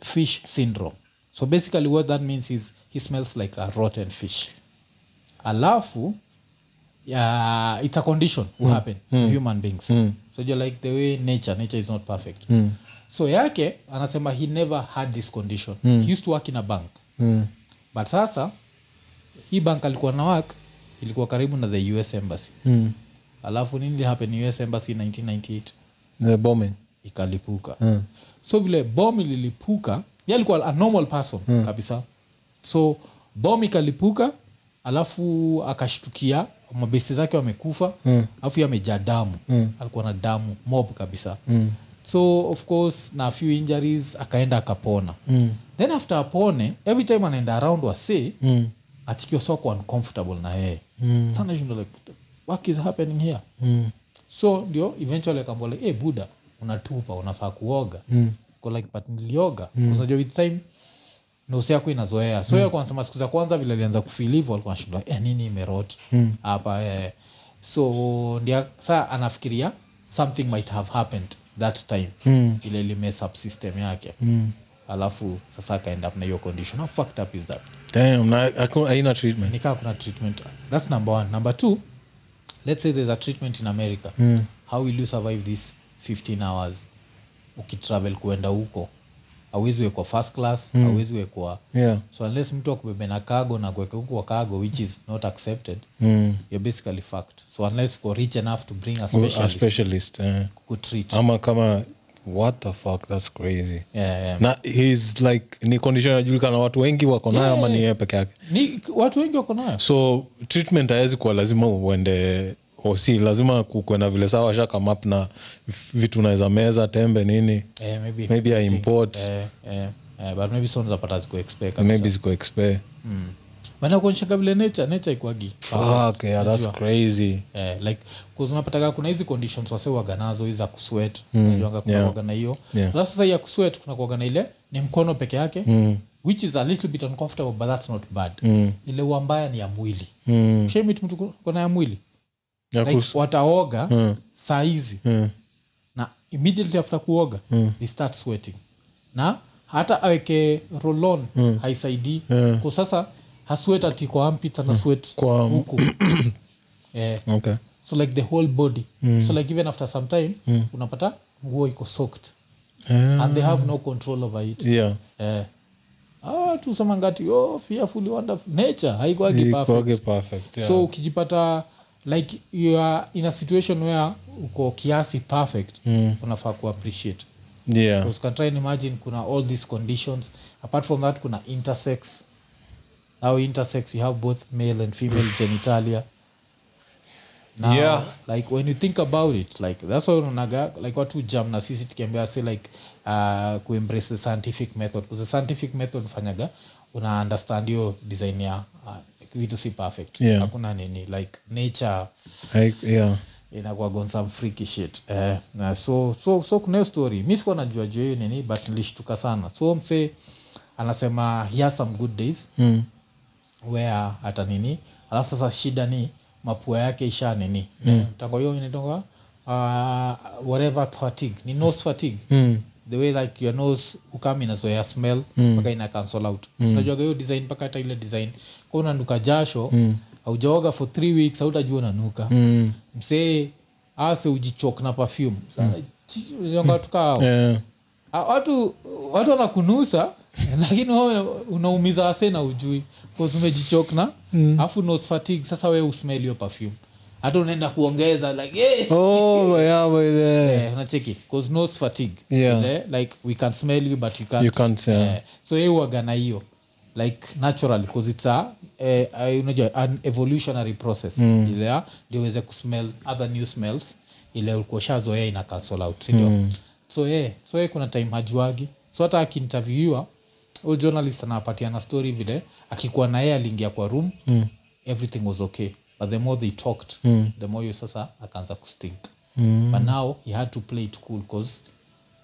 fish syndrome so basically what that means is he smells like a rotten fish alafu uh, it's a condition will happen to human beings
Mm.
so you're like the way nature nature is not perfect
Mm.
so yake anasema he never had this condition he used to work in a bank
Mm.
but sasa hii bank alikuwa na work ilikuwa karibu na the us embassy
Mm.
alafu nini happen us embassy 1998
the bombing
ikalipuka
Mm.
so vile bom ililipuka ye alikuwa a normal person kabisa so bom ikalipuka alafu akashtukia mabesi zake wamekufa
Mm.
alafu ye amejaa damu
Mm.
alikuwa na damu mob kabisa
Mm.
so of course na a few injuries akaenda akapona
Mm.
then after apone every time anaenda around wase
Mm.
atikiwa soko uncomfortable na yeye
Mm.
sana shinda like what is happening here
Mm.
so ndio eventually akambola e buda unatupa unafaa kuoga
Mm.
Ko like but nilioga kusajua with time nosi yako inazoea so
Mm.
yako anasema siku za kwanza vile alianza kufeel hivyo alikuwa anashindwa eh, nini imerot
Mm.
hapa eh. so ndio saa anafikiria something might have happened that time
Mm.
ile limess up system yake
Mm.
alafu sasa akaenda up na hiyo condition how fucked up is that
Damn, na haku- haina treatment
nikaa kuna treatment that's number one number two let's say there's a treatment in america
Mm.
how will you survive this 15 hours ukitravel kuenda huko awezi wekwa first class
Hmm.
mm. awezi wekwa
yeah
so unless mtu akubebe na cargo na kuweke huko kwa cargo which is not accepted
Mm.
you're basically fucked so unless uko rich enough to bring a
a
specialist
specialist eh.
kukutreat
ama kama what the fuck thats crazy
yeah, yeah.
na he's like ni condition inajulikana watu wengi wako nayo ama ni yeye peke yake
ni watu wengi wako nayo
so treatment hawezi kuwa lazima uende hosi lazima kukuwe na vile sawa shaka map na vitu unaweza meza tembe nini
eh, maybe,
maybe i import
Eh, eh, eh, but maybe so unaweza pata zikuexpect kabisa.
maybe ziko expe
Mm. maana kuonyeshaga vile nature nature ikwagi
fuck yeah that's crazy
eh, like cause unapataga kuna hizi conditions wasewaga nazo hizi za kuswet unajuanga kuna kuwaga na hiyo
Mm, Yeah.
alafu sasa hii ya kuswet kuna kuwaga na ile ni mkono peke yake
mm,
which is a little bit uncomfortable but that's not bad
mm,
ile huwa mbaya ni ya mwili
mm.
shemit mtu ko- kona ya mwili
Ya
like
kus-
wataoga
mm,
saa hizi
mm,
na immediately after kuoga
Mm.
they start sweating na hata aweke rolon mm. haisaidii
Yeah. Mm.
ku sasa haswet ati kwa ampit anaswet
Kwa- *coughs*
huku eh,
okay.
so like the whole body mm. so like even after some time mm. unapata nguo iko soaked
yeah.
and they have no control over it
Eh, yeah.
eh. ah, tusema ngati oh, fearfully wonderful nature haikuagi perfect
Ikuwage perfect, yeah.
so ukijipata like you are in a situation where uko kiasi perfect
Mm.
unafaa kuappreciate
yeah.
because you can try and imagine kuna all these conditions apart from that kuna intersex now intersex you have both male and
*sighs*
female genitalia now
Yeah.
like when you think about it like that's why unaonaga like watu jam na sisi tukiambia say like uh, kuembrace the scientific method because the scientific method fanyaga una understand hiyo design ya uh, vitu si perfect
Yeah.
hakuna nini like nature
I, yeah.
inakuwaga on some freaky shit eh, na so so so kuna hiyo story mi sikuwa najua jua hiyo nini but nilishtuka sana so mse anasema he has some good days
Mm.
where hata nini alafu sasa shida ni mapua yake isha nini mm. tango hiyo inaitanga uh, whatever fatigue ni nose fatigue
Mm.
the way like your nose ukam inazoea smell mpaka ina cancel out mm. unajuaga hiyo design mpaka hata ile design ka unanuka jasho mm. aujaoga for three weeks hautajua unanuka
Mm.
msee ase ujichok na perfume Sana-
Mm.
chi- unaonga watu kaa
*laughs*
hao.
Yeah.
Ah, watu watu wanakunusa *laughs* lakini wewe unaumiza wase na ujui bcause umejichok na
Mm.
alafu nose fatigue sasa wewe usmell hiyo perfume hata unaenda kuongeza like hey!
*laughs* Oh, yeah, but, uh,
Eh, unacheki cause nose fatigue
Yeah.
Ile, like we can smell you but you can't
you can't yeah.
Eh, so yeye huwaga na hiyo like natural because it's a eh, eh, unajua an evolutionary process mm. ile ya, ndio uweze kusmell other new smells ile ulikuwa shazoea ina cancel out sindio mm. so yeye so yeye kuna time hajuagi so hata akinterviewiwa huyu journalist anapatiana story vile akikuwa na yeye aliingia kwa room mm. everything was okay but the more they talked mm. the more you sasa akaanza kustink mm. but now he had to play it cool because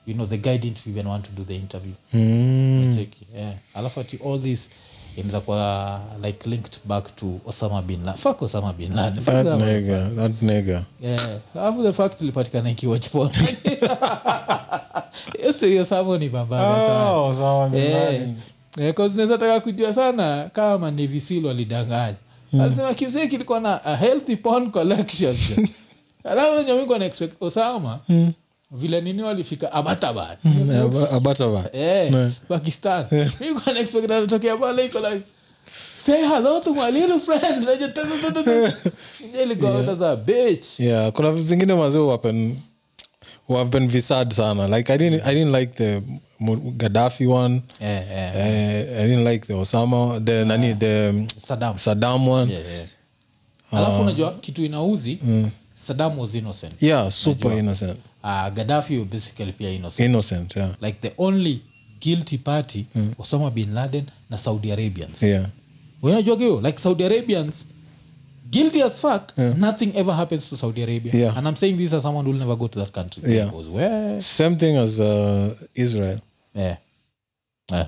you know the guy didn't even want to do the interview
Mm.
cheki yeah. alafu ati all this inaweza kuwa like linked back to osama bin laden fuck osama bin laden Fuck
That
that-
nigga, that nigga.
yeah. alafu the fact ilipatikana ikiwatch porn hiyo story ya Osama ni babana sana
Oh, Osama bin Laden.
naweza taka kujua sana kama manevi seal walidanganya
Mm.
alisema kimsee kilikuwa na a healthy porn
*laughs*
collection alafu unajua na expect osama
Mm.
vile nini walifika abatabat
Yeah, but- uh, about about.
Eh,
No.
pakistan Nilikuwa na expect anatokea pale iko like say hello to my little friend *laughs* Unajua, tu- tu- tu- tu- tu. Ile iko out as a bitch
yeah kuna vitu zingine mazee wapen wapen visad sana like i didn't, I didn't like the Mu- gaddafi one
Eh, eh,
uh, i didn't like the osama the nani the um,
Saddam.
saddam one yeah,
Yeah, yeah. alafu unajua kitu inaudhi saddam was innocent
super innocent
uh, gaddafi was basically pia innocent
innocent yeah
like the only guilty party osama bin laden na saudi arabians
yeah
unajua hiyo like saudi arabians guilty as fuck nothing ever happens to saudi arabia
Yeah.
and i'm saying this as someone who will never go to that country
Yeah.
because where
same thing as uh, israel
yeah.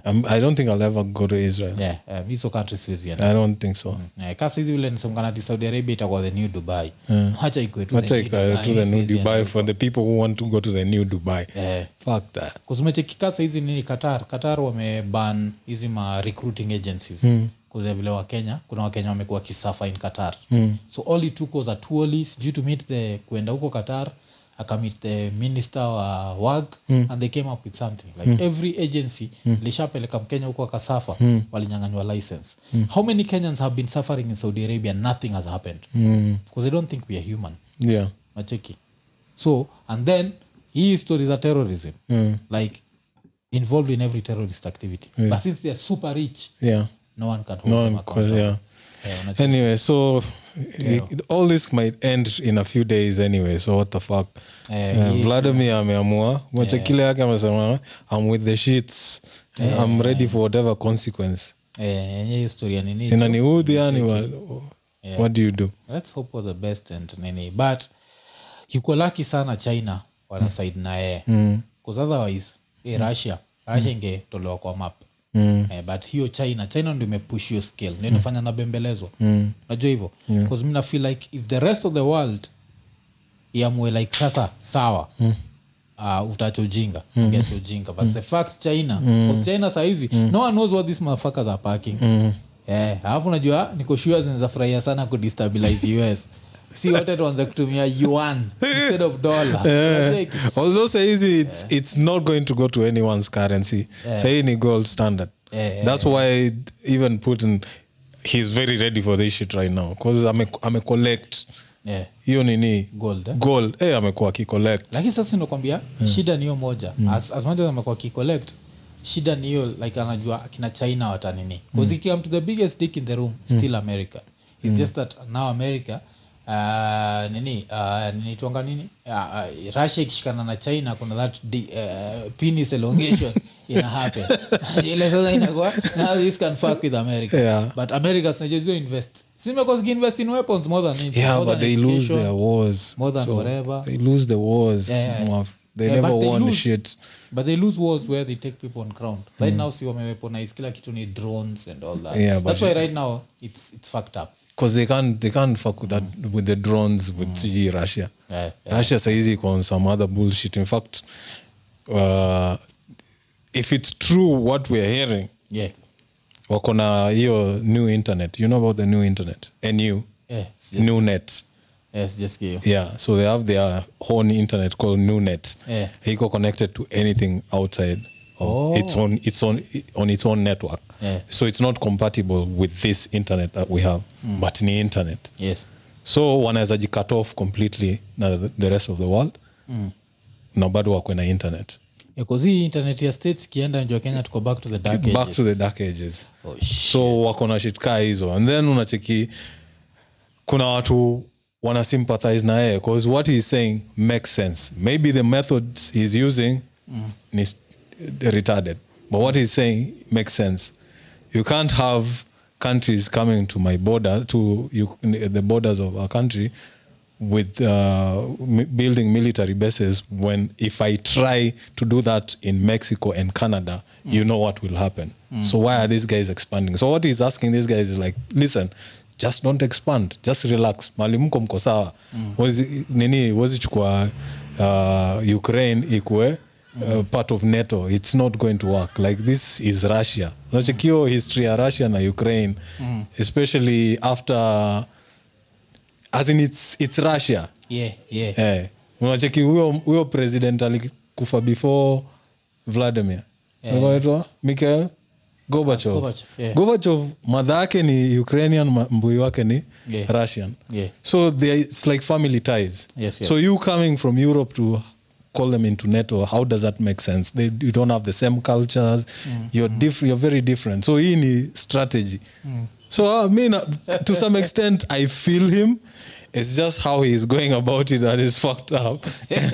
um, i don't think i'll ever go to israel
yeah, um, hizo countries siwezi enda.
i don't think so
Eh, ka sahizi vile nisemkana ati saudi arabia itakuwa the new dubai hacha ikuwe tu the
I'll
new
take uh,
Dubai,
to the new
siwezi enda.
dubai for the people who want to go to the new dubai
Eh,
fuck that
'cause umechekika sahizi nini qatar qatar wameban hizi ma recruiting agencies mm. kuzia vile wakenya kuna wakenya wamekuwa kisafa in qatar mm. so all it took was a tourly sijui to meet the kuenda huko qatar akamit the minister wa work mm. and they came up with something like mm. every agency mm. lishapeleka mkenya huko akasafa mm. walinyanganywa license mm. how many kenyans have been suffering in saudi arabia nothing has happened
mm.
because i don't think we are human
yeah
nacheki so and then hii story za terrorism
mm.
like involved in every terrorist activity yeah. but since they're super rich
yeah
no one can hold
no
them
i'm
accountable
yeah
Eh, unacho-
anyway so it, all this might end in a few days anyway so what the fuck
Eh,
Eh, vladimir ameamua macha kile yake amesema i'm with the sheets i'm ready for whatever consequence
eh, yenye hiyo story ya nini
inaniudhi yani wa- what do you do
let's hope for the best and nini but yuko laki sana china wana side na yeye mm. otherwise eh, russia russia ingetolewa kwa map
Mm.
eh, but hiyo china china ndio imepush hiyo skill ndio inafanya nabembelezwa mm. najua hivyo yeah. mi na feel like if the rest of the world iamue like sasa sawa mm. uh, utacha ujinga ungeacha ujinga but the fact china mm. china sahizi no one knows what these motherfuckers are packing
Mm.
Eh, alafu najua niko sure zinaweza furahia sana kudestabilize us si wote tuanze kutumia yuan instead of dollar Unacheki?
*laughs* although sahizi it's, it's not going to go to anyone's currency sahii ni gold standard
Eh,
that's why even putin he's very ready for this shit right now bcause ame, ame collect
Eh,
hiyo nini
gold eh?
gold eh, amekuwa akicollect
lakini sasa nakwambia
Hmm.
shida ni hiyo moja as, as much as amekuwa akicollect shida ni hiyo like anajua kina china watanini
Hmm.
bcause mm. ikikam to the biggest dick in the room still america its just that now america Uh, nini uh, nitwanga nini uh, uh, russia ikishikana na china kuna that di, uh, penis
*laughs*
elongation ina happen *laughs* ile sasa inakuwa now this can fuck with america
Yeah.
but america sinajezio invest simekuwa zikiinvest in weapons more than anything,
yeah
more
but
than
they lose
education,
their wars
more than whatever
they lose the wars
Yeah, yeah.
Mwaf. they
Yeah,
never
but they
won
lose.
shit
but they lose wars where they take people on ground right now si wameweaponize kila kitu ni drones and all that
Yeah, but
that's why right now it's, it's fucked up
because they can't they can't fuck with that with the drones with
Mm.
sijui russia
yeah, yeah.
russia saizi iko on some other bullshit in fact uh, if it's true what we're hearing
Yeah.
wako na hiyo new internet you know about the new internet nu
Yeah, it's just-
new net
yeah, it's just gay.
yeah so they have their own internet called new net
Yeah.
iko connected to anything outside of
Oh.
its own its own on its own network
Yeah.
so it's not compatible with this internet that we have but ni internet
Yes.
so wanaweza ji cut off completely na the- the rest of the world
Mm.
na bado wakwe na internet
Yeah, 'cause hii internet ya states ikienda njua kenya tuko back to the dark
back
ages.
to the dark ages
Oh, sh-
so wako na shit kaa hizo and then unacheki kuna watu wana sympathize na yeye because what he's saying makes sense maybe the methods he's using mm. ni s- retarded but what he's saying makes sense you can't have countries coming to my border to you, the borders of our country with uh, mi- building military bases when if i try to do that in mexico and canada you know what will happen so why are these guys expanding so what he's asking these guys is like listen just don't expand just relax malimko mko sawa Wazi- nini wazichukua uh, ukraine ikue Uh, part of nato it's not going to work like this is russia unachekio history ya russia na ukraine especially after as in it's, it's russia
yeah, yeah.
eh. unacheki huyo huyo president alikufa before vladimir yeah. mikhail gorbachev
Gorbachev, yeah.
gorbachev madha yake ni ukrainian ma- mbui wake ni
Yeah.
russian
Yeah.
so there- it's like family ties
Yes, yes.
so you coming from europe to call them into nato how does that make sense they, you don't have the same cultures
Mm,
you're, diff- you're very different so hii ni strategy
Mm.
so uh, me na, to some extent i feel him it's just how he's going about it that is *laughs* fucked up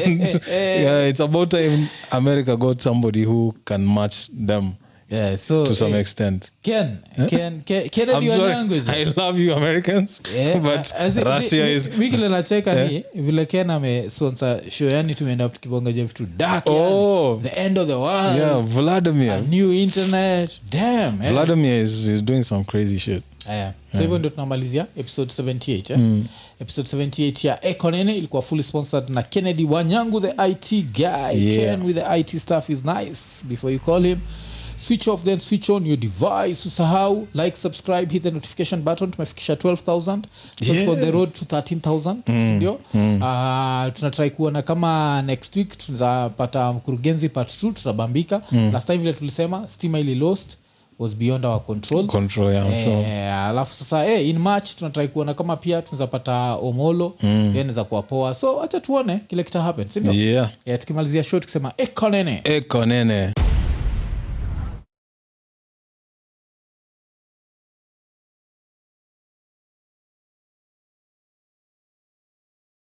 and, yeah, it's about time america got somebody who can match them
Yeah, so,
to some
eh,
extent
Ken, Ken, Ken, Ken,
I'm
your
sorry,
language.
I love you Americans,
Yeah,
*laughs* but
a- as in,
Russia
mi-
is Eh?
mi- mi kile nacheka ni vile ken amesponsor show yani tumeenda tukibongeja vitu dark
Oh.
yani, the end of the world
yeah, Vladimir.
a new internet damn eh.
Vladimir is, is doing some crazy shit.
Aya. so hivyo ndio tunamalizia episode 78 eh? mm. episode 78 ya ekonene ilikuwa fully sponsored na kennedy wanyangu the it guy ken with the it stuff is nice before you call him switch off then switch on your device usahau like subscribe hit the notification button tumefikisha 12000 so tuko on the road to 13000 ndio Ah, tunatrai kuona kama next week tunazapata mkurugenzi part 2 tutabambika last time vile tulisema stima ili lost was beyond our control
Control yeah. so
Eh, alafu sasa eh, in march tunatrai kuona kama pia tunazapata omolo mm. naweza kuwa poa so hacha tuone kile kita happen Eh, sindio
yeah.
"Eh, yeah, tukimalizia show tukisema ekonene
Ekonene.